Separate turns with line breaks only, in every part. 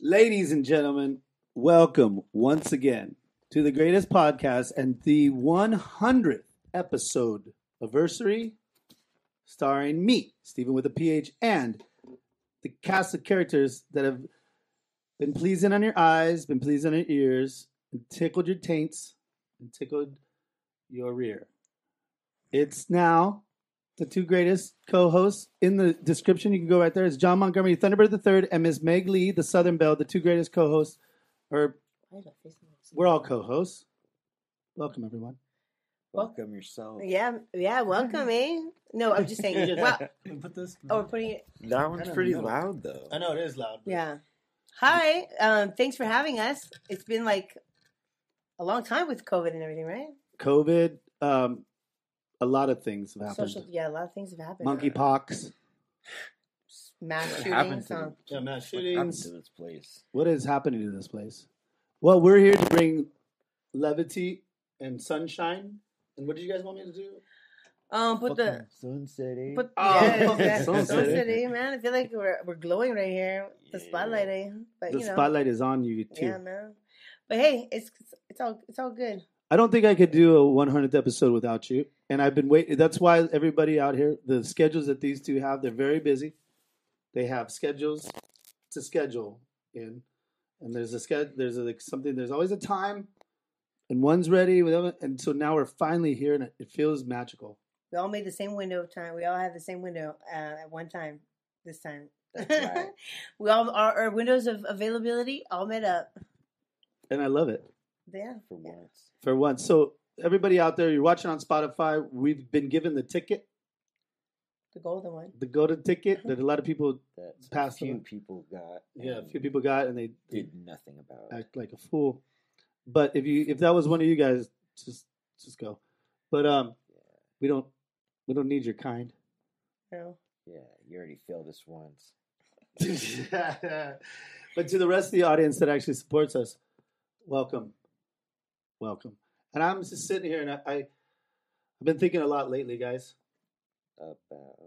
Ladies and gentlemen, welcome once again to the greatest podcast and the 100th episode anniversary, starring me, Stephen with a PH, and the cast of characters that have been pleasing on your eyes, been pleasing on your ears, and tickled your taints, and tickled your rear. It's now the two greatest co-hosts in the description. You can go right there. It's John Montgomery Thunderbird the Third and Ms. Meg Lee, the Southern Belle, the two greatest co-hosts. Or we're all co-hosts. Welcome everyone.
Welcome yourself.
Uh, Yeah, yeah, welcome, eh? No, I'm just saying. well,
Can we put this?
oh, we're putting it.
That
I
one's
don't
pretty
know.
loud though.
I know it is loud. but-
Yeah. Hi. Um, thanks for having us. It's been like a long time with COVID and everything, right?
COVID. Um, a lot of things have happened.
Social. Yeah, a lot of things have happened.
Monkeypox.
Mass
What happened
shootings.
to
um,
Yeah, mass
What happened to this place?
What is happening to this place? Well, we're here to bring levity and sunshine. And what did you guys want me to do?
um, put the.
Fucking Sun City.
Put,
Oh,
yeah,
fucking
exactly.
Sun
Sun
City.
City, man. I feel like we're, we're glowing right here. The
Yeah.
spotlight, eh? But
the
you know,
spotlight is on you too.
yeah, man. But hey, it's it's all it's all good.
I don't think I could do a 100th episode without you. And I've been waiting. That's why everybody out here, the schedules that these two have, they're very busy. They have schedules to schedule in, and there's a schedule. There's a, like something. There's always a time, and one's ready. with other- And so now we're finally here, and it- it feels magical.
We all made the same window of time. We all had the same window uh, at one time. This time,
right.
we all our, our windows of availability all met up.
And I love it.
Yeah,
for once.
for once. So everybody out there, you're watching on Spotify. We've been given the ticket,
the golden one.
the golden ticket that a lot of people,
That
Passed
few
them.
people got.
yeah, a
and
few people got, and they
did nothing about it.
act like a fool. But if you if that was one of you guys, just just go. But um, we don't we don't need your kind.
No.
Yeah, you already failed us once.
but to the rest of the audience that actually supports us, welcome, welcome. And I'm just sitting here, and I, I I've been thinking a lot lately, guys.
About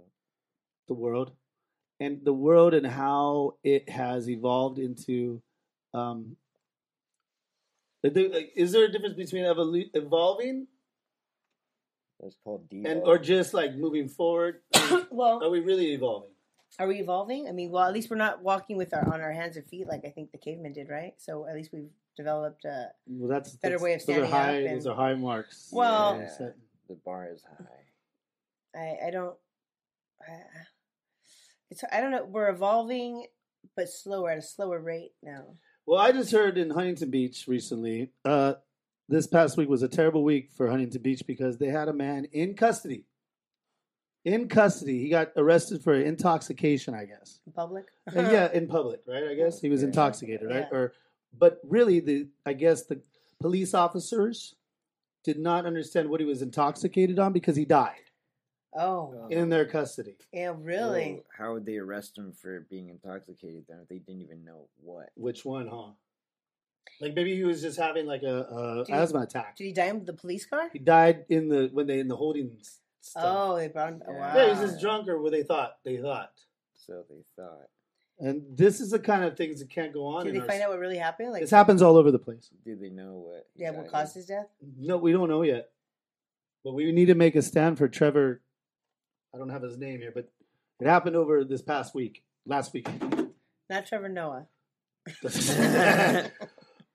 the world and the world and how it has evolved into um I think, like, is there a difference between evolu- evolving
that's called D.
and or just like moving forward are
Oh.
well,
we really evolving
are we evolving? I mean, well, at least we're not walking with our on our hands and feet like I think the cavemen did, right? So at least we've developed. Uh,
well that's
Better
that's-
way of
those are
standing up
high
and-
those are high marks
Well-
Yeah, so-
the bar is high.
I I don't. I, I- it's I don't know. We're evolving, but slower at a slower rate now.
well i just heard in huntington beach recently uh this past week was a terrible week for huntington beach because they had a man in custody in custody he got arrested for intoxication i guess
In public.
Uh, yeah, in public, right? I guess he was
Yeah.
intoxicated, right?
Yeah.
Or, but really, the I guess the police officers did not understand what he was intoxicated on because he died
Oh.
in their custody.
Yeah. Really.
Well, how would they arrest him for being intoxicated then if they didn't even know what?
Which one, huh? Like maybe he was just having like a, a
Did he-
asthma attack.
Did he die in the police car?
He died in the when they in the holding s- stuff.
Oh, they brought him.
Yeah.
Wow.
Yeah, he was just drunk or what they thought they thought.
So they thought.
And this is the kind of things that can't go on.
Did
in
they
our
find
s-
out what really happened? Like,
This happens all over the place.
Did they know what? he
yeah,
got
what
in?
caused his death?
No, we don't know yet. But we need to make a stand for Trevor. I don't have his name here, but it happened over this past week, last week.
Not Trevor Noah.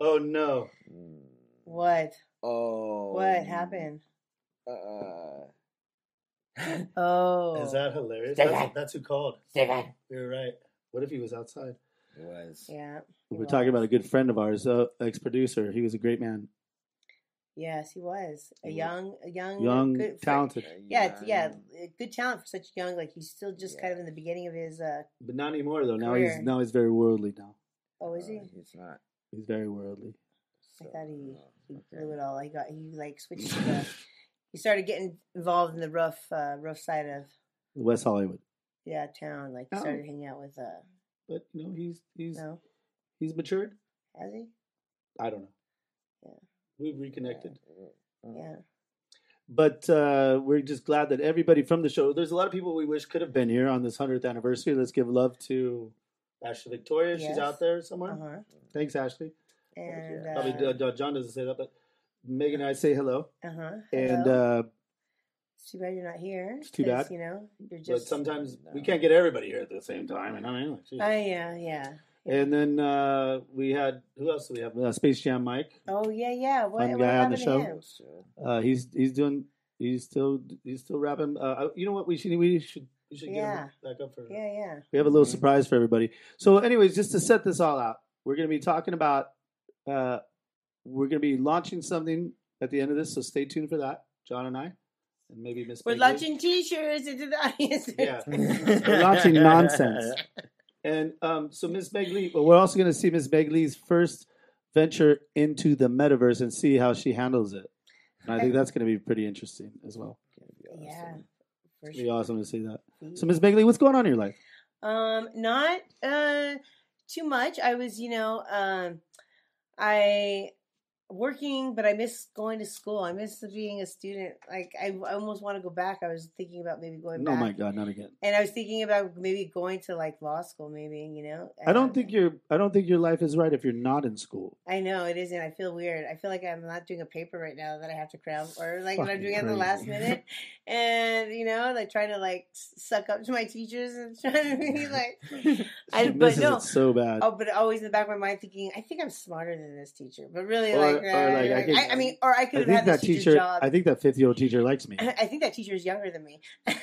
oh no!
Mm.
What?
Oh.
What happened?
Uh,
Oh,
Is that hilarious?
Stay
That's,
back.
that's who called.
Steven.
You're right. What if he was outside?
It was.
yeah. he
We were
was.
talking about a good friend of ours, uh, ex-producer. He was a great man,
Yes, he was a
He was-
young, a young,
young,
Mm, good for-
talented,
Yeah, it's- yeah, a good talent for such young. Like he's still just kind of in the beginning of his. uh
but not anymore though. Now he's
Career.
now he's very worldly. Now
Oh, is he?
Uh, He's not.
he's very worldly.
I thought he
uh,
he
okay.
blew it all. He got he like switched. To the, he started getting involved in the rough, uh rough side of
West Hollywood,
yeah town. Like he
Oh.
started hanging out with. uh
but you know he's he's
No,
he's matured.
has he?
I don't know.
Yeah.
We've reconnected.
Oh,
Yeah.
but uh, we're just glad that everybody from the show. There's a lot of people we wish could have been here on this hundredth anniversary. Let's give love to Ashley Victoria. She's
Yes.
out there somewhere.
Uh huh.
Thanks, Ashley.
And
Yeah.
Probably
uh,
uh, John doesn't say that, but Megan and I say hello.
uh-huh.
And
Hello.
uh,
it's too bad you're not here.
it's too
'cause,
bad.
You know, you're
but
just.
sometimes we
No.
can't get everybody here at the same time. And I mean, like, geez.
I Oh, yeah yeah.
and then uh, we had who else do we have? Uh, Space Jam Mike.
Oh yeah yeah. What,
Fun
what
guy on the
happened
show.
to him?
So,
Uh, he's he's doing he's still he's still rapping. Uh, you know what? We should we should we should get
Yeah.
him back up for
Yeah yeah.
We have a little
Mhm.
surprise for everybody. So, anyways, just to set this all out, we're going to be talking about uh, we're going to be launching something at the end of this. So stay tuned for that, John and I, and maybe Miss.
We're
Paisley.
launching T-shirts into the audience.
Yeah. Lots of nonsense. And um, so Miss Meg Lee, but we're also going to see Miss Meg Lee's first venture into the metaverse and see how she handles it. And I think that's going to be pretty interesting as well.
Yeah. for
It'd be awesome to see that.
sure.
So Miss Meg Lee, what's going on in your life?
Um, not uh too much. I was, you know, um I working, but I miss going to school. I miss being a student. Like I w- almost want to go back. I was thinking about maybe
Oh
going back.
my God, not again.
And I was thinking about maybe going to like law school maybe, you know.
I don't
Uh,
think your I don't think your life is right if you're not in school.
I know it isn't. I feel weird. I feel like I'm not doing a paper right now that I have to cram, or like when I'm
Fucking
doing it at the
crazy.
last minute, and you know, like trying to like s- suck up to my teachers and trying to be like. I,
she
but
misses
no,
it so bad.
oh, but always in the back of my mind thinking, I think I'm smarter than this teacher, but really,
Or-
like,
or,
uh,
like, I
I,
could-
I, mean, or I
I
could have
think
had this
that
teacher's
teacher.
job.
I think that fifth-year-old teacher likes me.
I think that teacher is younger than me.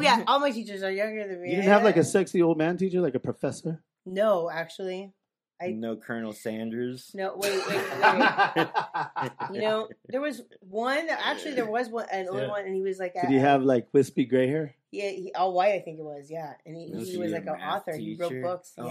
yeah, all my teachers are younger than me.
You didn't have like a
And-
sexy old man teacher, like a professor.
no, actually, I-
no Colonel Sanders.
no. Wait, wait, wait.
Did
You know, there was one. Actually, there was one, an older
Yeah.
one, and he was like, a,
he have like wispy gray hair?
Yeah, he, all white, I think it was. Yeah, and he,
Was
he
he
was
your
like an
math
author. He wrote
teacher?
books.
Oh,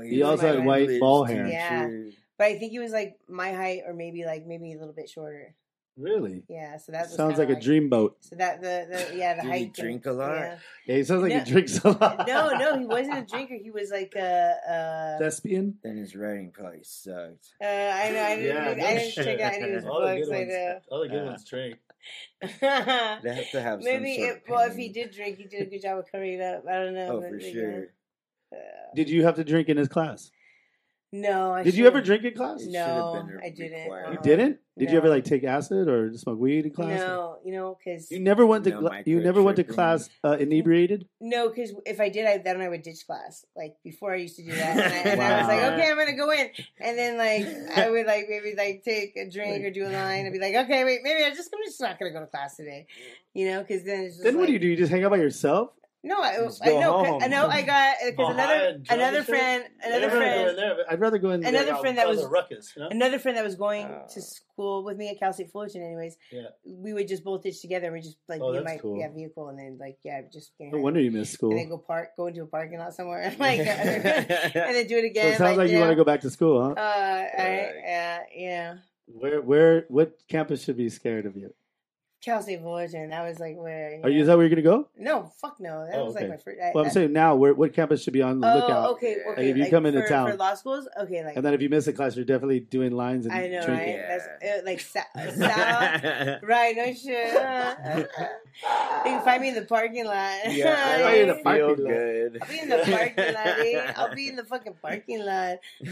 yeah.
He
you're
also
my
had
white
English
ball hair.
Yeah.
teacher.
But I think he was like my height, or maybe like maybe a little bit shorter.
Really?
Yeah, so that was
sounds
kinda
like a dream boat.
So that the, the yeah the
Did he
height. thing.
drink a lot?
Yeah.
Yeah, he sounds like
No.
he drinks a lot.
No, no, he wasn't a drinker. He was like a. Uh, uh,
Thespian.
Then his writing probably sucked.
uh, I know. I didn't.
Yeah,
I didn't
no
check out any of his books. I know.
all
Oh, the good ones
drink.
They have to have
Maybe
some sort
it,
of
well, if he
pain.
did drink, he did a good job of covering it up. I don't know.
Oh,
but,
for
you know,
sure.
uh,
Did you have to drink in his class?
no. I
Did you ever
should've-
drink in class?
It
No,
should've been
I didn't.
required.
You
Uh-uh.
didn't? Did you ever
No.
like take acid or smoke weed in class?
No, you know, because
You never went to
No
cla- you never went to
microchipping.
class uh, inebriated.
No, because if I did, I then I would ditch class. Like before, I used to do that, and, I, and I was like,
Wow.
okay, I'm gonna go in, and then like I would like maybe like take a drink or do a line, and be like, okay, wait, maybe I just I'm just not gonna go to class today, you know? Because then it's just
Then what do you
like-
do? You just hang out by yourself?
No, I,
Just
I
go
know, 'cause- I
home.
know, I got because
Well, hi,
another
and drug
another
and shit.
friend, another
I'd rather go in
friend.
there, but I'd rather go in there
Another
and
friend that
cause
was-
a ruckus. You know?
Another friend that was going
Oh.
to school with me at Cal State Fullerton, anyways.
Uh. Yeah.
We would just both ditch together. and We just like
Oh,
be in
that's
my
cool.
yeah, vehicle, and then like yeah, just get
No
high.
wonder you missed school.
and then go park, go into a parking lot somewhere, and like uh, and then do it
So
again.
it sounds like you want to
know.
go back to school, huh?
Uh, I,
Right.
yeah, yeah.
Where, where, what campus should be scared of you?
Cal State Fullerton. That was like where.
Are you? Is
know-
that where you're gonna go?
No, fuck no. That
Oh,
was
okay.
like my first. I,
Well, I'm
I-
saying now, where, what campus should be on the
oh,
lookout?
okay.
Like,
okay.
if you
like,
come into
for,
town-
for law schools, okay, like
And then if you miss a class, you're definitely doing lines and
I know,
drinking.
right? That's
Yeah.
uh, like sa- Sal, right? No shit. Uh, you can find me in the parking lot.
Yeah,
I don't
I
in the
don't
parking
feel
lot.
good.
I'll be in the parking lot. Eh? I'll be in the fucking parking lot.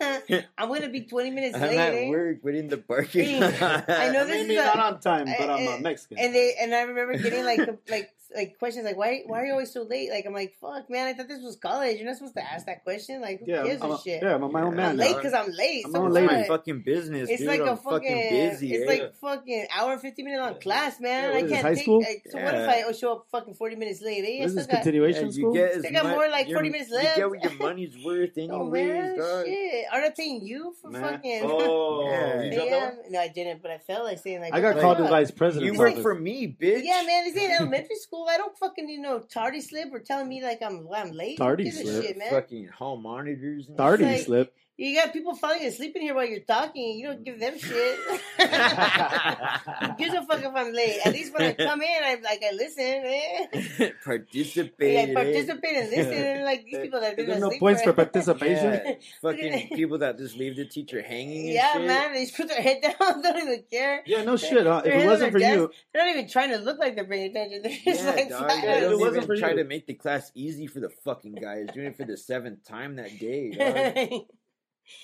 I'm gonna be 20 minutes
I'm
late.
at
eh?
work, but in the parking
Hey,
lot.
I know this
Maybe
is a-
not on time, but I'm
I-
uh, Mexican.
and they and I remember getting like the- like like questions like why why are you always so late? Like I'm like fuck man, I thought this was college. You're not supposed to ask that question. Like who
yeah,
gives
I'm
a
a,
shit?
yeah, I'm a, my own
I'm
man.
I'm
now.
late because I'm late.
I'm
so
a
It's
lady.
what?
my fucking business,
It's
dude.
like
I'm
a fucking
busy.
it's
eh?
Yeah.
like fucking hour and fifty minute long class, man.
Yeah, what
I
is this,
can't
high
take.
school?
I, so what if I oh, show up fucking forty minutes late? Eh? I
This
still
is
got,
continuation
Yeah,
school.
you get as
Still got
much-
more like
your-
40 minutes
You
left.
get what your money's worth,
oh
anyways,
man,
dog.
shit. Aren't I paying you for
Man.
fucking?
Oh,
Yeah.
you dropped that one?
Damn. No, I didn't, but I felt like saying like
I
what
got
the
called to the
fuck?
vice president's
You
It's
work
office.
for me, bitch.
Yeah, man, this ain't elementary school. I don't fucking need no tardy slip or telling me like I'm I'm late.
Tardy
Give a
slip.
shit, man.
Fucking hall monitors. And
Starting
It's like-
slip.
You got people falling asleep in here while you're talking. You don't give them shit. Gives a fuck if I'm late. At least when I come in, I like I listen. Eh?
Participate.
Like,
eh?
participate and listen. And, like these people that have been
There's no
asleep
points for
forever.
participation.
Yeah, fucking people that just leave the teacher hanging. And
Yeah,
shit.
man. They just put their head down. They don't even care.
Yeah, no shit. Huh? If
They're
it wasn't for
hella
you,
They're not even trying to look like they're paying attention. They're just
Yeah,
like,
dog. I
If it
don't
wasn't
even
for
try
you.
to make the class easy for the fucking guy. He's doing it for the seventh time that day. Dog.
silent.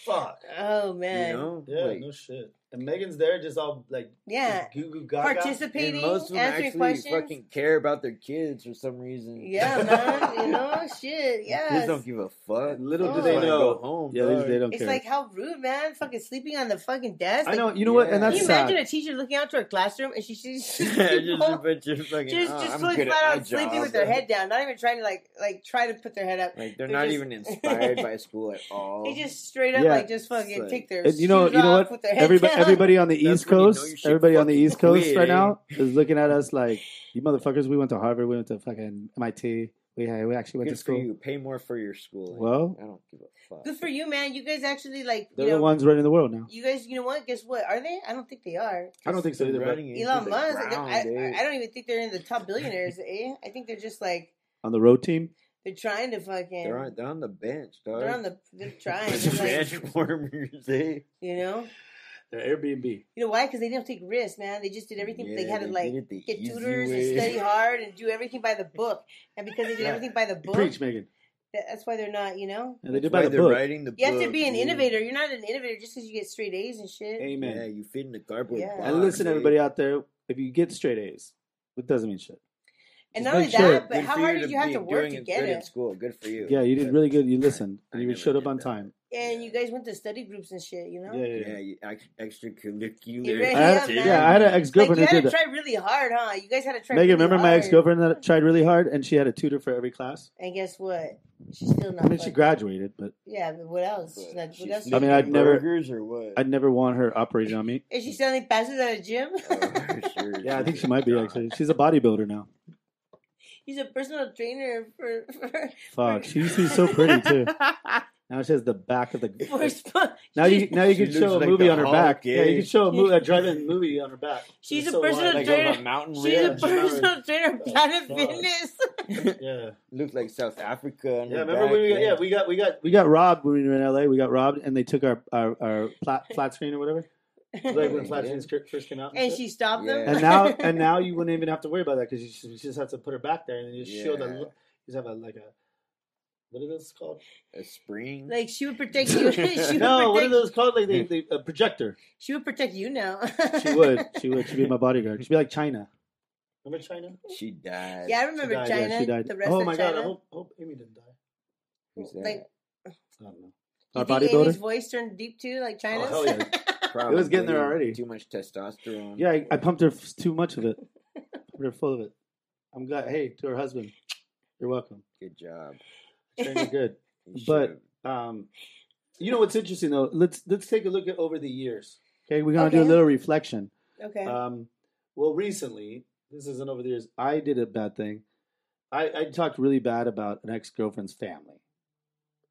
fuck.
oh man,
You know,
Yeah,
like,
no shit. And Megan's there, just all like
yeah.
goo goo gaga.
and
Participating,
most of them
answering
actually
questions.
fucking care about their kids for some reason.
Yeah, man. You know, shit.
Kids
Yes.
don't give a fuck.
Little
do
Just
they
wanna
know.
Go home.
Yeah, they,
dog.
just- they don't
It's
care.
like how rude, man. Fucking sleeping on the fucking desk.
I
Like,
know. You know what? And
Yeah.
Can
that's
you
sad.
imagine a teacher looking out to her classroom and she sees these
just a
people
bunch of fucking.
just
"Oh,
just
I'm
fully
good at
flat
my
out sleeping
job."
with their head down, not even trying to like like try to put their head up.
Like they're,
They're
not
just-
even inspired by school at all.
They just straight up
Oh. Yeah.
like just fucking
Like-
take their
And you know,
shoes
you know
off,
what?
put their head
Everybody,
down.
everybody on the
That's
East
when you know
Coast,
you should
everybody on the
fucking
East Coast
quit,
right
eh?
now is looking at us like, "You motherfuckers, we went to Harvard, we went to fucking MIT, we had, we actually went to
good for
school."
you. Pay more for your schooling.
Well,
I don't give a fuck.
Good for you, man. You guys actually like
They're
you know,
the ones running the world now.
you guys. You know what? Guess what? Are they? I don't think they are.
I don't think so
They're
either. But
running into
Elon
the
Musk. I don't-
ground,
I,
dude.
eh?
I don't even think they're in the top billionaires. eh? I think they're just like
on the road team,
they're trying to fucking.
They're on, they're on the bench, dog.
they're on the. They're trying.
Bunch of
They're like,
bench warmers, eh?
you know.
they're Airbnb.
You know why? Because they didn't take risks, man. They just did everything. they
Yeah,
had to
did
like
it the
get
easy
tutors
way.
and study hard and do everything by the book. And because they did
Yeah.
everything by the book,
Preach, Megan.
that- that's why they're not. You know.
And they did
That's
by
why
the
they're
book.
writing the
You have to
book,
be an
dude.
innovator. You're not an innovator just because you get straight A's and shit.
Amen.
Yeah, you fit in the cardboard
Yeah.
box.
And listen,
dude.
everybody out there, if you get straight A's, it doesn't mean shit. Just
And not only
make sure.
that, but
Good
how
for
hard
you
did
to
you have
be
to work
doing
to
it
get
good in
it?
school. Good for you.
Yeah, you did
But-
really good. You listened
I
and you
never
showed up
did
on
that.
time.
And you guys went to study groups and shit, you know?
Yeah, yeah,
Yeah,
yeah.
you, ex- extracurricular.
You ready?
I had-
Yeah,
yeah,
man.
I had an ex
Like, you
girlfriend
had
who
to
did that.
try really hard, huh? You guys had to try
Megan,
really
remember my
hard.
ex girlfriend that tried really hard and she had a tutor for every class?
And guess what? She's still not.
I mean, she
fucking-
graduated, but
yeah, but what else? She's not, what else?
I mean, I'd never-
burgers or what?
I'd never want her operating on me.
Is she selling passes at a gym?
Oh, sure,
Yeah, I
sure.
think she might be actually. She's a bodybuilder now.
He's a personal trainer for. for
Fuck, she used to be so pretty too. Now she has the back of
for
the.
sp-
Now you now you
She
can
looks
show a
like
movie
the
on her
Hulk,
back. Yeah,
eh?
you can show a movie, a drive-in movie on her back.
She's
It's
a personal
wide.
like
trainer.
on a mountain
she's a
ridge.
personal trainer, of Planet
fuck.
Fitness.
Yeah,
Looked like South Africa. on
yeah.
her
Remember
back,
when we got,
yeah.
yeah we got we got we got robbed when we were in L.A. We got robbed and they took our our, our flat flat screen or whatever. Like when flat screens first came out.
and
shit.
she stopped them.
Yeah.
and now and now you wouldn't even have to worry about that because you, just- you just have to put her back there and then you just show that
Yeah.
look. You just have a like a what are those called?
a spring.
Like she would protect you. she would
No, what are
protect,
those called? Like
Hmm.
they, they a projector.
she would protect you now.
She would. She would. She'd be my bodyguard. She'd be like China. Remember China?
she died.
Yeah, I
She
remember
died, yeah,
China.
she died.
The rest
oh
of
my
China.
god! I hope, hope Amy didn't die.
Who's that?
like-
I don't know.
You
Our
think Amy's
bodybuilder.
voice turned deep too, like China's.
Oh, hell yeah.
Probably
was getting there already.
Too much testosterone.
Yeah, I, I pumped her f- too much of it. pumped her full of it. I'm glad. Hey, to her husband, you're welcome.
Good job.
Trained her good.
You
But-
should've-
Um, you know what's interesting though? Let's let's take a look at over the years. Okay, we're gonna do
Okay.
a little reflection.
okay.
Um, well, recently, this isn't over the years. I did a bad thing. I, I talked really bad about an ex girlfriend's family,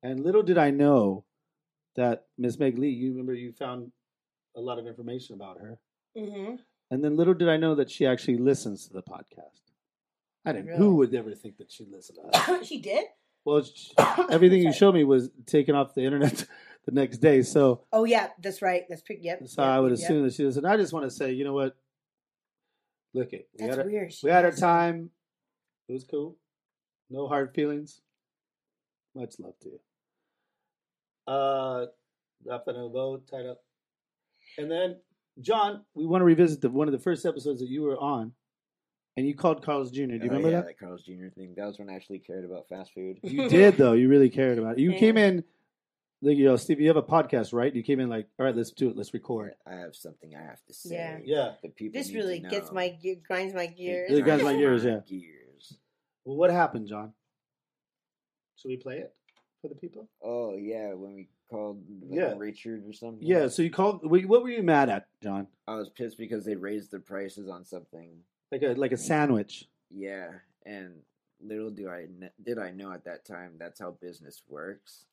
and little did I know that Miss Meg Lee. You remember you found a lot of information about her,
hmm
and then little did I know that she actually listens to the podcast. I didn't.
Really?
Who would ever think that she listened to us?
she did.
Well, sh- everything you showed me was taken off the internet the next day, so.
Oh yeah, that's right. That's pretty. Yep.
So
yep,
I would
yep.
assume that she does. And I just want to say, you know what? Look it. We
that's
had, our,
weird. She
we had our
does.
time. It was cool. No hard feelings. Much love to you. Uh, wrap that in a bow, tied up. And then, John, we want to revisit the, one of the first episodes that you were on, and you called Carl's Jr. Do you
Oh,
remember
yeah,
that?
that Carl's Jr. thing? That was when I actually cared about fast food.
You did though. You really cared about it. You
Yeah.
came in, like, you know, Steve. You have a podcast, right? You came in like, all right, let's do it. Let's record.
I have something I have to say.
Yeah.
Yeah.
The people
This
need to
really gets
know.
my ge- grinds my gears.
really grinds my gears, yeah.
Gears.
Well, what happened, John? Should we play it for the people?
Oh yeah, when we called like,
Yeah.
Richard or something.
Yeah. So you called. wh- What were you mad at, John?
I was pissed because they raised the prices on something.
Like a like a sandwich.
Yeah, and little do I kn- did I know at that time that's how business works.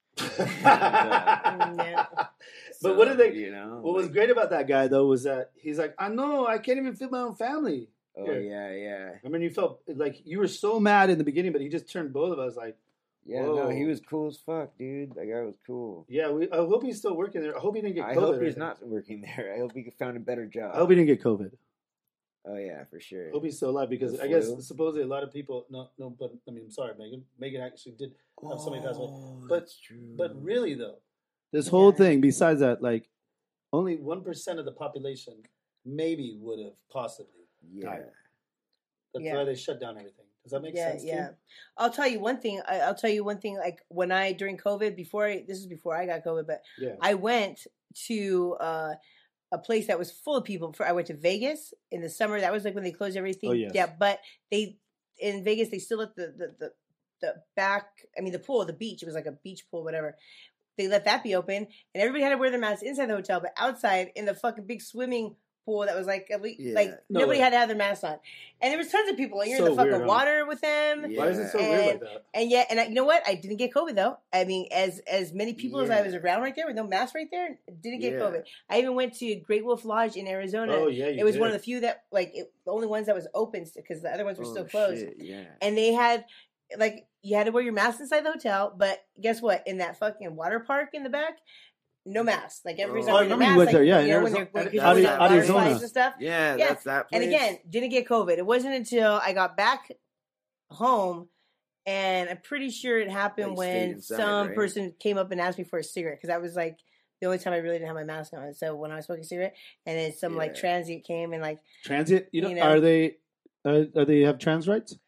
But what did they-
You know,
What was
like-
great about that guy though was that he's like, I know I can't even feed my own family.
Oh
here?
yeah, yeah,
I mean, you felt like you were so mad in the beginning, but he just turned both of us like,
yeah.
Whoa.
No, he was cool as fuck, dude. That guy was cool.
yeah, we, I hope he's still working there. I hope he didn't get COVID.
I hope
or
he's
anything.
not working there. I hope he found a better job.
I hope he didn't get COVID.
oh yeah, for sure.
I hope he's still alive because
The
I guess
flu.
supposedly a lot of people. No, no, but I mean, I'm sorry, Megan. Megan actually did, have somebody pass away.
Oh,
But-
that's true.
but really though, this
Yeah.
whole thing. Besides that, like, only one percent of the population maybe would have possibly.
yeah,
That's
Yeah.
why they shut down everything. Does that make
yeah,
sense? to you?
yeah. I'll tell you one thing. I, I'll tell you one thing. Like when I during COVID, before I, this is before I got COVID, but
yeah.
I went to uh, a place that was full of people. For I went to Vegas in the summer. That was like when they closed everything.
Oh, yes.
Yeah, but they in Vegas they still let the the, the the back. I mean the pool, the beach. It was like a beach pool, whatever. They let that be open, and everybody had to wear their masks inside the hotel, but outside in the fucking big swimming pool that was like a we
Yeah.
like
No
nobody
way.
had to have their masks on, and there was tons of people. And you're
So
in the fucking
weird, huh?
water with them.
Why is it so
Yeah.
weird like that?
And yet, and I, you know what? I didn't get COVID though. I mean, as as many people as I
Yeah.
was around right there with no mask right there, didn't get
Yeah.
COVID. I even went to Great Wolf Lodge in Arizona.
Oh yeah, you
it was
did.
one of the few that like it, the only ones that was open because the other ones were
Oh,
still closed.
shit, yeah.
And they had like you had to wear your mask inside the hotel, but guess what? In that fucking water park in the back, no mask. Like everybody's
Oh,
not
I
wearing a
remember
mask,
you
went
like,
there, yeah, in
know, when
Arizona-
they're
in
going
Ari-
down water
Arizona.
slides and stuff.
yeah,
yeah.
that's that.
And
place.
again, didn't get COVID. It wasn't until I got back home, and I'm pretty sure it happened
Like, stayed
when
inside,
some
right?
person came up and asked me for a cigarette because I was like the only time I really didn't have my mask on. So when I was smoking a cigarette, and then some like
Yeah.
transient came and like,
transit. You know,
you know.
are they? Are, are they have trans rights?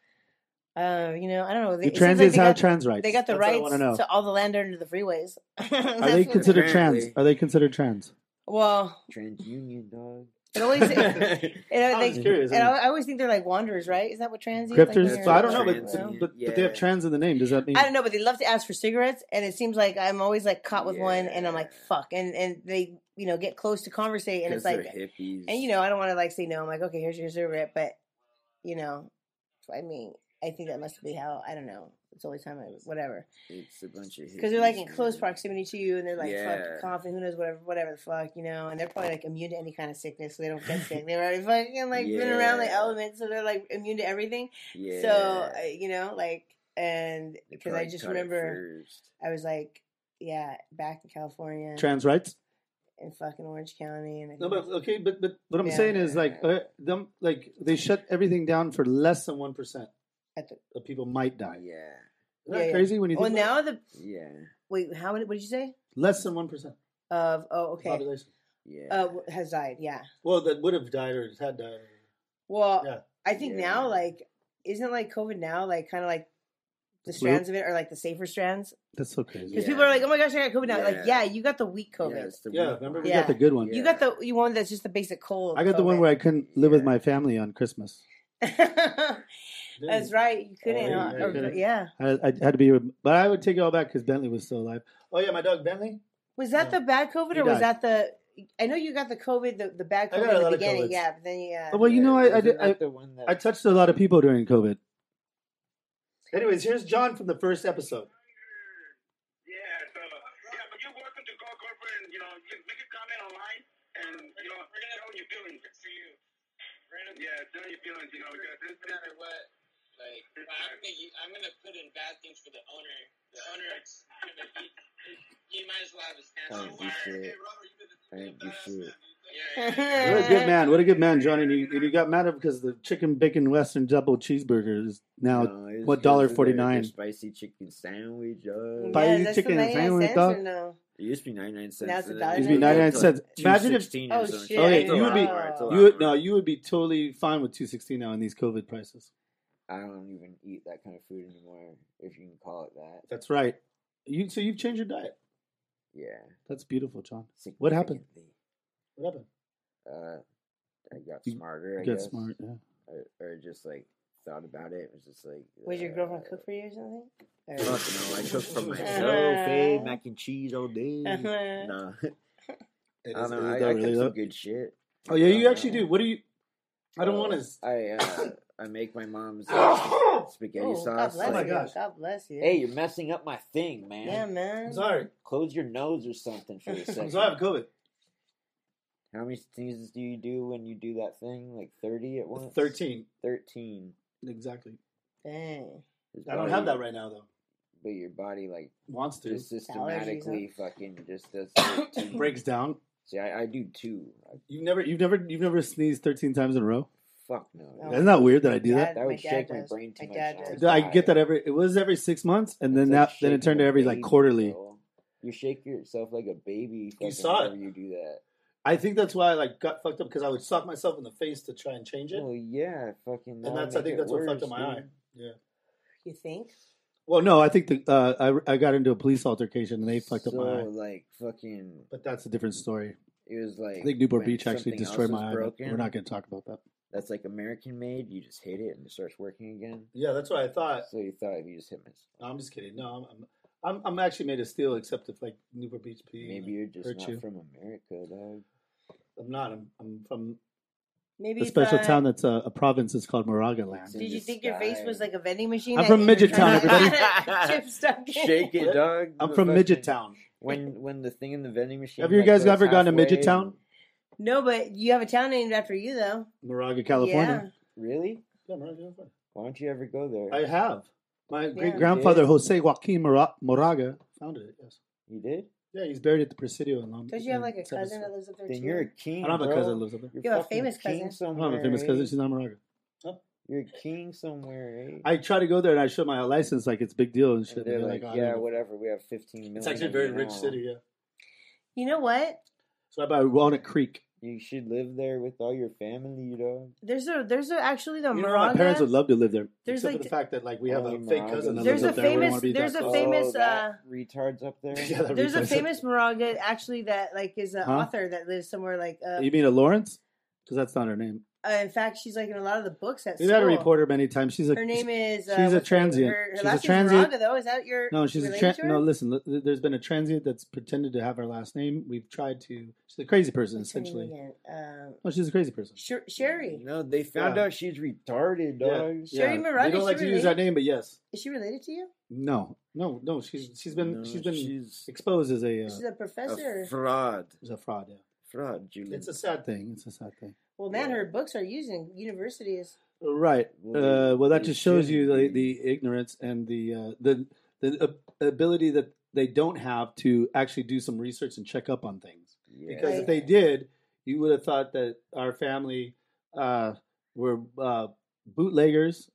uh, you know, I don't know.
Do
They, it seems like
transits
they
have
got,
trans rights?
they got the
That's what I
rights
want to know.
to all the land under the freeways.
Are they
That's what-
considered trans?
Apparently.
Are they considered trans?
well?
TransUnion dog.
It always. it, it,
I was
they-
curious.
and I I always think they're like wanderers, right? Is that what transient? like,
Grifters.
they're-
So I don't know,
Trans,
but
yeah.
but, but they have trans in the name. Does that mean?
I don't know, but they love to ask for cigarettes, and it seems like I'm always like caught with one, and I'm like
Yeah.
fuck, and and they you know get close to conversate, and it's
'Cause they're
like,
hippies.
and you know I don't want to like say no, I'm like okay, here's your cigarette, but you know, I mean I think that must be how I don't know. It's the only time I whatever
it's a bunch of hippies.
because they're like in close
man.
proximity to you, and they're like
Yeah.
fuck cough and who knows whatever whatever the fuck you know, and they're probably like immune to any kind of sickness, so they don't get sick. They're already fucking like been around the
Yeah.
elements, so they're like immune to everything.
Yeah.
So I- you know like. And
They
because I
probably
just
caught it
remember
first.
I was like, yeah, back in California
Trans rights.
in fucking Orange County, and I
No,
think-
but okay, but but what I'm
Yeah.
saying is like uh, them like they shut everything down for less than one percent
At the-
of people might
uh,
die. Isn't
Yeah.
that
Yeah, yeah.
crazy when you
well
think about
now the
Yeah.
wait, how many? What did you say?
it? less than one percent
Of oh
of the
okay,
population?
Yeah.
uh, w- has died. Yeah.
Well, that would have died or had died.
Well,
Yeah.
I think
Yeah.
now like isn't like COVID now like kind of like the
Flu?
strands of it are like the safer strands
That's so crazy.
because
Yeah.
people are like, oh my gosh, I got COVID now. Like yeah,
Yeah.
you got the weak
Yeah,
COVID.
it's the
Yeah,
weak
remember
one.
we
Yeah.
got the good one.
You
Yeah.
got the you one that's just the basic cold.
I got the one where I couldn't live with
Yeah.
my family on Christmas.
I. that's right. You couldn't.
Oh, yeah,
huh?
you
Or-
couldn't.
yeah.
I, I had to be, but I would take it all back because Bentley was still alive. Oh yeah, my dog Bentley.
Was that
No.
the bad COVID
He
or was
died.
that the? I know you got the COVID, the, the bad
I got
COVID
a
in the
lot of
beginning,
COVIDs.
yeah. But then yeah,
Oh, well, you know, I- I
Wasn't
did-
that
I-
the one that-
I touched a lot of people during COVID. Anyways, here's John from the first episode.
Yeah, so yeah, but you're welcome to call corporate and you know you can make a comment online and you know tell your feelings. Good for you. Yeah, tell your feelings. You know because this
no matter what, like I'm gonna u- I'm gonna put in bad things for the owner. The owner, he, he might as well have his hands on
Thank you,
fire.
shit.
Robert, you did this.
Thank you, shit.
Yeah.
What a good man! What a good man, John. And you, and you got mad at him because the chicken bacon western double cheeseburger is now
No, it's
what,
because
dollar
of their-
49?
their Spicy chicken sandwich.
Yeah,
Uh,
Buy you
that's
chicken
the
and
99
sandwich,
cents
dog.
or no?
It used to be 99 cents. uh,
Now it's a
and
dollar
then
It used to be 99
it's
cents.
like
Imagine if-
2.16
Oh,
or some
shit.
Okay,
It's a
you would
lot
be-
more, it's a
Oh.
lot
You would,
more.
no, you would be totally fine with 216 now in these COVID prices.
I don't even eat that kind of food anymore, if you can call it that.
That's right. You so you've changed your diet.
Yeah.
That's beautiful, John. What happened?
significantly.
What happened?
Uh, I got
You
smarter. I
You got
guess.
smart. Yeah.
Or, or just like thought about it. It was just like.
Was your
uh,
girlfriend cook for you or something? Or-
Fuck no! I cooked for myself.
Uh-huh.
eh? mac and cheese all day.
Uh-huh.
No,
It
I
is-
don't know.
it is
I,
that
I
really
cook some
though.
good shit.
Oh yeah, you
Uh,
actually do. What do you? I don't
Uh,
want to.
I uh, I make my mom's.
Wow.
spaghetti
Ooh, God
sauce.
bless
Oh my
like,
you.
gosh.
God bless you.
Hey, you're messing up my thing, man.
yeah, man.
I'm sorry.
Close your nose or something for a
I'm
second.
sorry. I have COVID.
How many things do you do when you do that thing? Like 30 at once?
Thirteen.
13.
Exactly.
Dang.
His
I don't
body-
have that right now though.
But your body, like,
Wants to.
just systematically fucking just does it to-
Breaks down.
See, I, I do two. I,
You've never, you've never, you've never sneezed thirteen times in a row.
fuck no.
No.
Isn't that weird that I do
Yeah.
that?
That
My
would
dad
shake my
does.
brain too
My
much.
dad
I
does.
would
I
die.
get that every. It was every six months, and then
It's
now
like
then it
shaking
turned to
a
every like
baby,
quarterly.
bro. You shake yourself like a baby.
You
fucking
saw it.
whenever You do that.
I think that's why I like got fucked up because I would sock myself in the face to try and change it.
Well, yeah, fucking. that
And
would
that's- I
make
think
it
that's what fucked
worse,
up my
dude.
eye.
You think?
Well, no, I think the uh, I I got into a police altercation and they fucked up
so,
my eye.
like fucking,
But that's a different story.
it was like
I think Newport
when
Beach actually
something else
destroyed
is
my eye. But
broken,
we're not going to talk about that.
That's like American made. You just hit it and it starts working again.
Yeah, that's what I thought.
So you thought if you just hit me,
No, I'm just kidding. No, I'm I'm, I'm, I'm actually made of steel, except if like Newport Beach P.
maybe you're just
hurt
not
you.
from America, dog.
I'm not. I'm, I'm from
Maybe
a
if,
special
uh,
town that's a, a province is called Moragaland.
in
Did you
the
think your face
sky.
was like a vending machine?
I'm
that
from
you-
Midget Town,
everybody.
Chip stuck in.
Shake it, dog.
I'm
The
from
fucking-
Midget Town.
When when the thing in the vending machine.
Have you
like,
guys
goes
ever gone to
halfway
Midget Town?
No, but you have a town named after you, though.
Moraga, California.
and- Really?
Yeah, Moraga, California.
Why don't you ever go there?
I have. My great
Yeah.
grandfather
Yeah.
Jose Joaquin Mora- Moraga founded it. Yes.
you did?
Yeah, he's buried at the Presidio in Long
Yeah. Don't you have
in
like a
San
cousin that
Francisco.
lives up there
Then
too?
you're a king.
I don't have a
bro.
cousin that lives up there.
You're
You have a
fucking
famous
king
cousin.
I
Somewhere,
don't have a famous cousin.
eh?
She's not Moraga.
You're a king somewhere. eh?
I try to go there and I show my license like it's a big deal and shit.
and
and
they're
they're
like,
"Oh, I
yeah,
don't know."
whatever. We have 15 million.
It's actually a
of
very
you
rich
now.
city. Yeah.
You know what?
So I buy Walnut Creek.
You should live there with all your family, you know.
There's a there's a actually the
You know, my
Moraga-
parents would love to live there.
There's,
except
like,
for the fact that like we have a
Oh,
fake
my
cousin that lives
goodness.
There's
up
a
there.
famous-
we
there's a
a
famous,
Oh, that
uh,
retards up there.
Yeah, that
There's a
retards.
famous Moraga actually that like is an
Huh?
author that lives somewhere like uh,
You mean a Lawrence? Because that's not her name.
uh, in fact she's like in a lot of the books at
We've
school.
had to report her many times. She's a.
her name is uh,
she's a
what's her-
transient.
Her, her
She's a
last name's
transient-
Moraga though. Is that your
No, she's a
related
tran
to her?
no. Listen, l- there's been a transient that's pretended to have her last name. We've tried to. She's a crazy person,
What's her name
essentially.
again? Uh,
No, she's a crazy person.
Sher- Sherry.
No, they found
Yeah.
out she's retarded, dog.
Sherry Moraga,
They don't
she
like to use
related?
that name, but yes.
Is she related to you?
No, no, no. She's she's been
No,
she's been
she's
exposed as a uh,
She's a professor.
a fraud.
as a fraud. Yeah.
Fraud, Julie.
It's a sad thing. It's a sad thing.
well, man, her books are used in universities.
Right.
Well,
uh, well, that
they
just shows you the,
shouldn't
the ignorance and the uh, the the ab- ability that they don't have to actually do some research and check up on things.
Yeah.
Because if
Right.
they did, you would have thought that our family uh, were uh, bootleggers,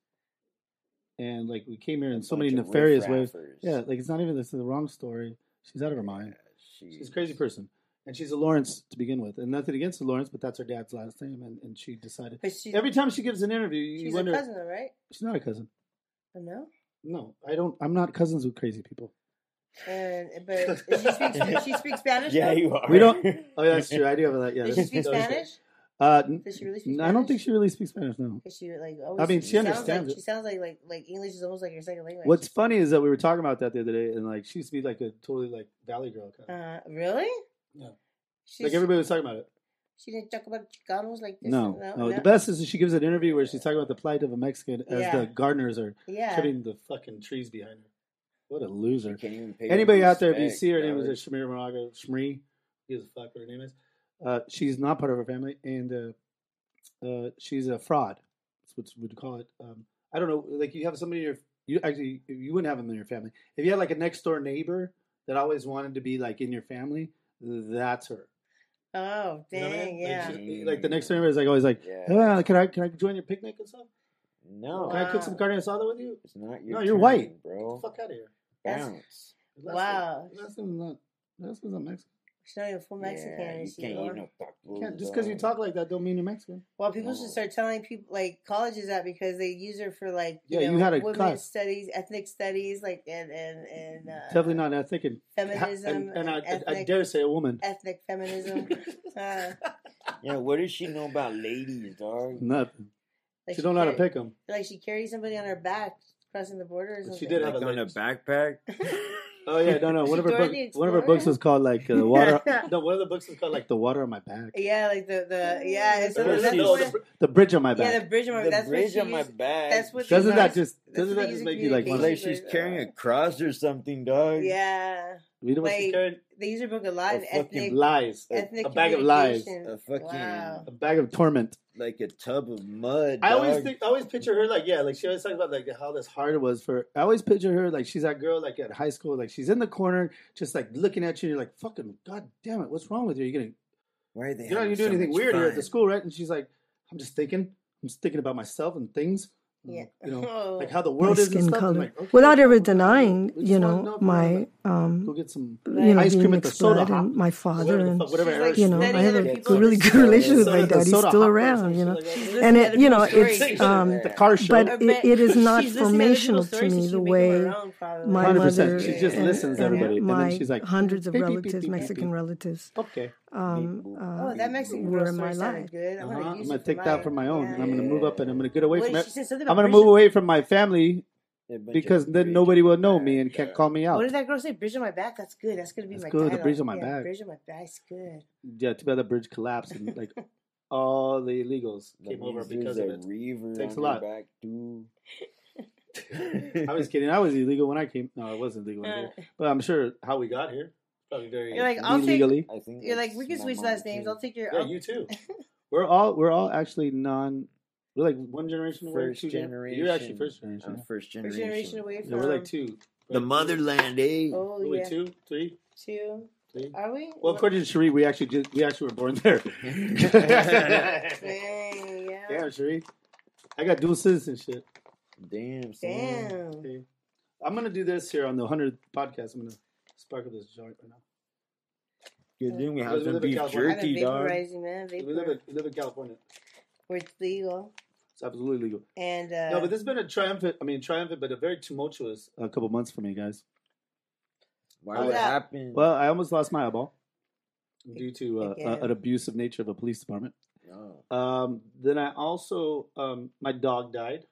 and like we came here in
A
so many
bunch of
nefarious ways.
riffraffers.
Yeah, like it's not even this is the wrong story. She's out of her mind.
She's,
She's a crazy person. And she's a Lawrence to begin with, and nothing against the Lawrence, but that's her dad's last name, and, and she decided.
But she,
Every time she gives an interview, you
she's
wonder
a cousin, though, right? Oh,
She's not a cousin.
I know.
No, I don't. I'm not cousins with crazy people.
And but she speaks she speaks Spanish.
Yeah,
though?
you are.
We don't. Oh, yeah, that's true. I do have that. Yeah,
Does she
that's-
speak
that is true.
Spanish?
Uh, n-
Does she really speak
n- I don't
Spanish?
think she really speaks Spanish. No.
Because she like always.
mean, she
sounds
understands
like,
it.
She sounds like like like English is almost like her second language.
What's funny is that we were talking about that the other day, and like she used to be like a totally like valley girl kind of.
uh, really?
Yeah.
She's,
Like everybody was talking about it.
She didn't talk about Chicanos like this.
No, no, The best is that she gives an interview where she's talking about the plight of a Mexican as
Yeah.
the gardeners are
Yeah.
cutting the fucking trees behind her. What a loser!
Can't even pay
Anybody
her
out there, if you
respect,
see her name
dog.
is a Shamir Moraga, Shmri, who gives a fuck what her name is. Uh, she's not part of her family, and uh, uh, she's a fraud. That's what you would call it. Um, I don't know. Like you have somebody in your, you actually you wouldn't have them in your family. If you had like a next door neighbor that always wanted to be like in your family, that's her.
Oh
You know what I
dang!
mean? Like,
Yeah.
she's- Like, the next door neighbor is like always like,
Yeah.
"Ah, can I can I join your picnic and stuff?
No,
Can I cook
Wow.
some carne asada with you?
it's not your.
No, you're
turn,
white.
bro.
Fuck out of here.
That's-
Bounce.
Wow.
That's not. That's not Mexican.
She's not even full Mexican.
Yeah,
and
you
she-
can't
or-
eat no tacos.
Can't, just because you
dog.
talk like that, don't mean you're Mexican.
Well, people
No.
should start telling people like colleges that because they use her for like you
Yeah,
know
you had a
women's
class.
studies, ethnic studies, like and and and uh,
Definitely not ethnic and
feminism
and, and I,
ethnic,
I dare say a woman.
ethnic feminism. uh,
Yeah, what does she know about ladies, dog?
Nothing.
like
She don't know how to
carried-
pick them.
Like she carried somebody on her back crossing the border or
But
something.
she did have
Like
a
on a
lady.
backpack?
Oh yeah, no, no. One of her
Dora
book,
the
one of her books
Explorer?
was called like uh, water. no, one of the books was called like the water on my back.
yeah, like the the yeah. it's
Or
something-
Yeah,
no,
that's
she's-
Oh, the,
what-
br- the bridge on my
yeah,
back.
the bridge on my.
the
that's
bridge
what
on
she
my
used-
back.
that's what-
Doesn't that
nice.
just Doesn't that
That's
just
the
make you like?
It's
Well,
wanna-
like
communication.
she's carrying a cross or something, dog.
Yeah,
You know what she's
Like-
carrying?
they use her book a lot
A
in
fucking
Fucking
ethnic,
lies.
ethnic
A bag of lies.
communication.
A fucking
Wow.
A bag of torment.
like a tub of mud.
I always
dog.
think, I always picture her like, yeah, like she always talks about like how this hard it was for. I always picture her like she's that girl like at high school, like she's in the corner, just like looking at you. And you're like, fucking god damn it, what's wrong with you? You're gonna,
Why are they?
you're not
having
gonna do
so
anything
much
weird here at the
fun?
school, right? And she's like, I'm just thinking, I'm just thinking about myself and things.
Yeah.
you know,
Oh.
like how the world
my
is and
skin
stuff. I'm
color.
like, okay,
Without
we
ever
just
denying,
wanna
you
know
know,
if we're
my
gonna
um,
Go get some
you know,
ice
being
cream at the
mixed
soda
blood
hop.
and my
Whatever
father
the
and
fuck, whatever
She's
Eric's
like
you know,
doing.
studying
I have
other
a
people's
good, really good
sodas.
relationship with my
Soda- the
dad. He's
soda hop
still
or some
around, you
shit
know.
like that.
She's
And
listening
it,
to
you
other
know,
people's stories.
it's um,
the car show.
but
I
it,
bet
it is not
she's listening to other people's
formational to
stories, so she can
me the
make 'em
way
her own, probably.
my
100%.
mother
She just
and,
listens to
and
everybody, and then
my
she's like,
hundreds of
"Beep, beep, beep,
relatives,
beep, beep,
Mexican
beep."
relatives,
okay.
um,
Beep, boop.
uh,
Oh, that Mexican
were
girl
in my
story sounded
life.
good. I'm
Uh-huh.
gonna
I'm
use
gonna
it
take that for my own, and I'm gonna move up, and I'm gonna get
What
away
did
from it.
she say something
I'm
about
gonna
Bridget-
move away from my family
A bunch of
because then
bridge
nobody
on
will
my
know
back,
me and can't
dog.
call me out.
What did that girl say? Bridge on my back. That's good. That's gonna be
Oh. That's
my
good, the
title.
bridge on my
yeah,
back.
Bridge on my back's good.
Yeah, too bad the bridge collapsed and like all the illegals
That
came over
means
because of
there's
it.
a reaver
Takes
on
a
your
lot.
Back too.
I was kidding. I was illegal when I came. No, I wasn't legal, when I
Uh,
came. but I'm sure how we got here probably very
You're like, oh. I'll take-
illegally.
I think
You're like,
that's
we can
my
switch
mom,
last names. I'll
too.
take your.
Yeah,
I'll-
you too. We're all we're all actually non. We're like one generation away.
First
two gen-
generation.
You're actually first generation.
I'm first
First
generation.
generation away from
Yeah, we're like two.
The motherland, eh?
Oh
We're
yeah,
like two, three,
two.
three.
Are we?
Well, according to Sheree, we actually just, we actually were born there. Damn,
Dang, yeah.
Sheree, I got dual citizenship.
Damn, son.
Damn.
Okay. I'm gonna do this here on the 100th podcast. I'm gonna spark up this joint right now.
Good thing we
Because we
have some
live in
beef
California.
I've been
jerky, dog.
vaporizing, man.
We live,
Vapor.
in, we live in California.
Where it's legal.
It's absolutely legal.
And uh,
no, but this has been a triumphant. I mean, triumphant, but a very tumultuous uh, couple months for me, guys.
Why
How's
would it
that?
happen?
Well, I almost lost my eyeball due to uh,
Again.
uh, an abusive nature of a police department.
no.
Um, then I also um, my dog died.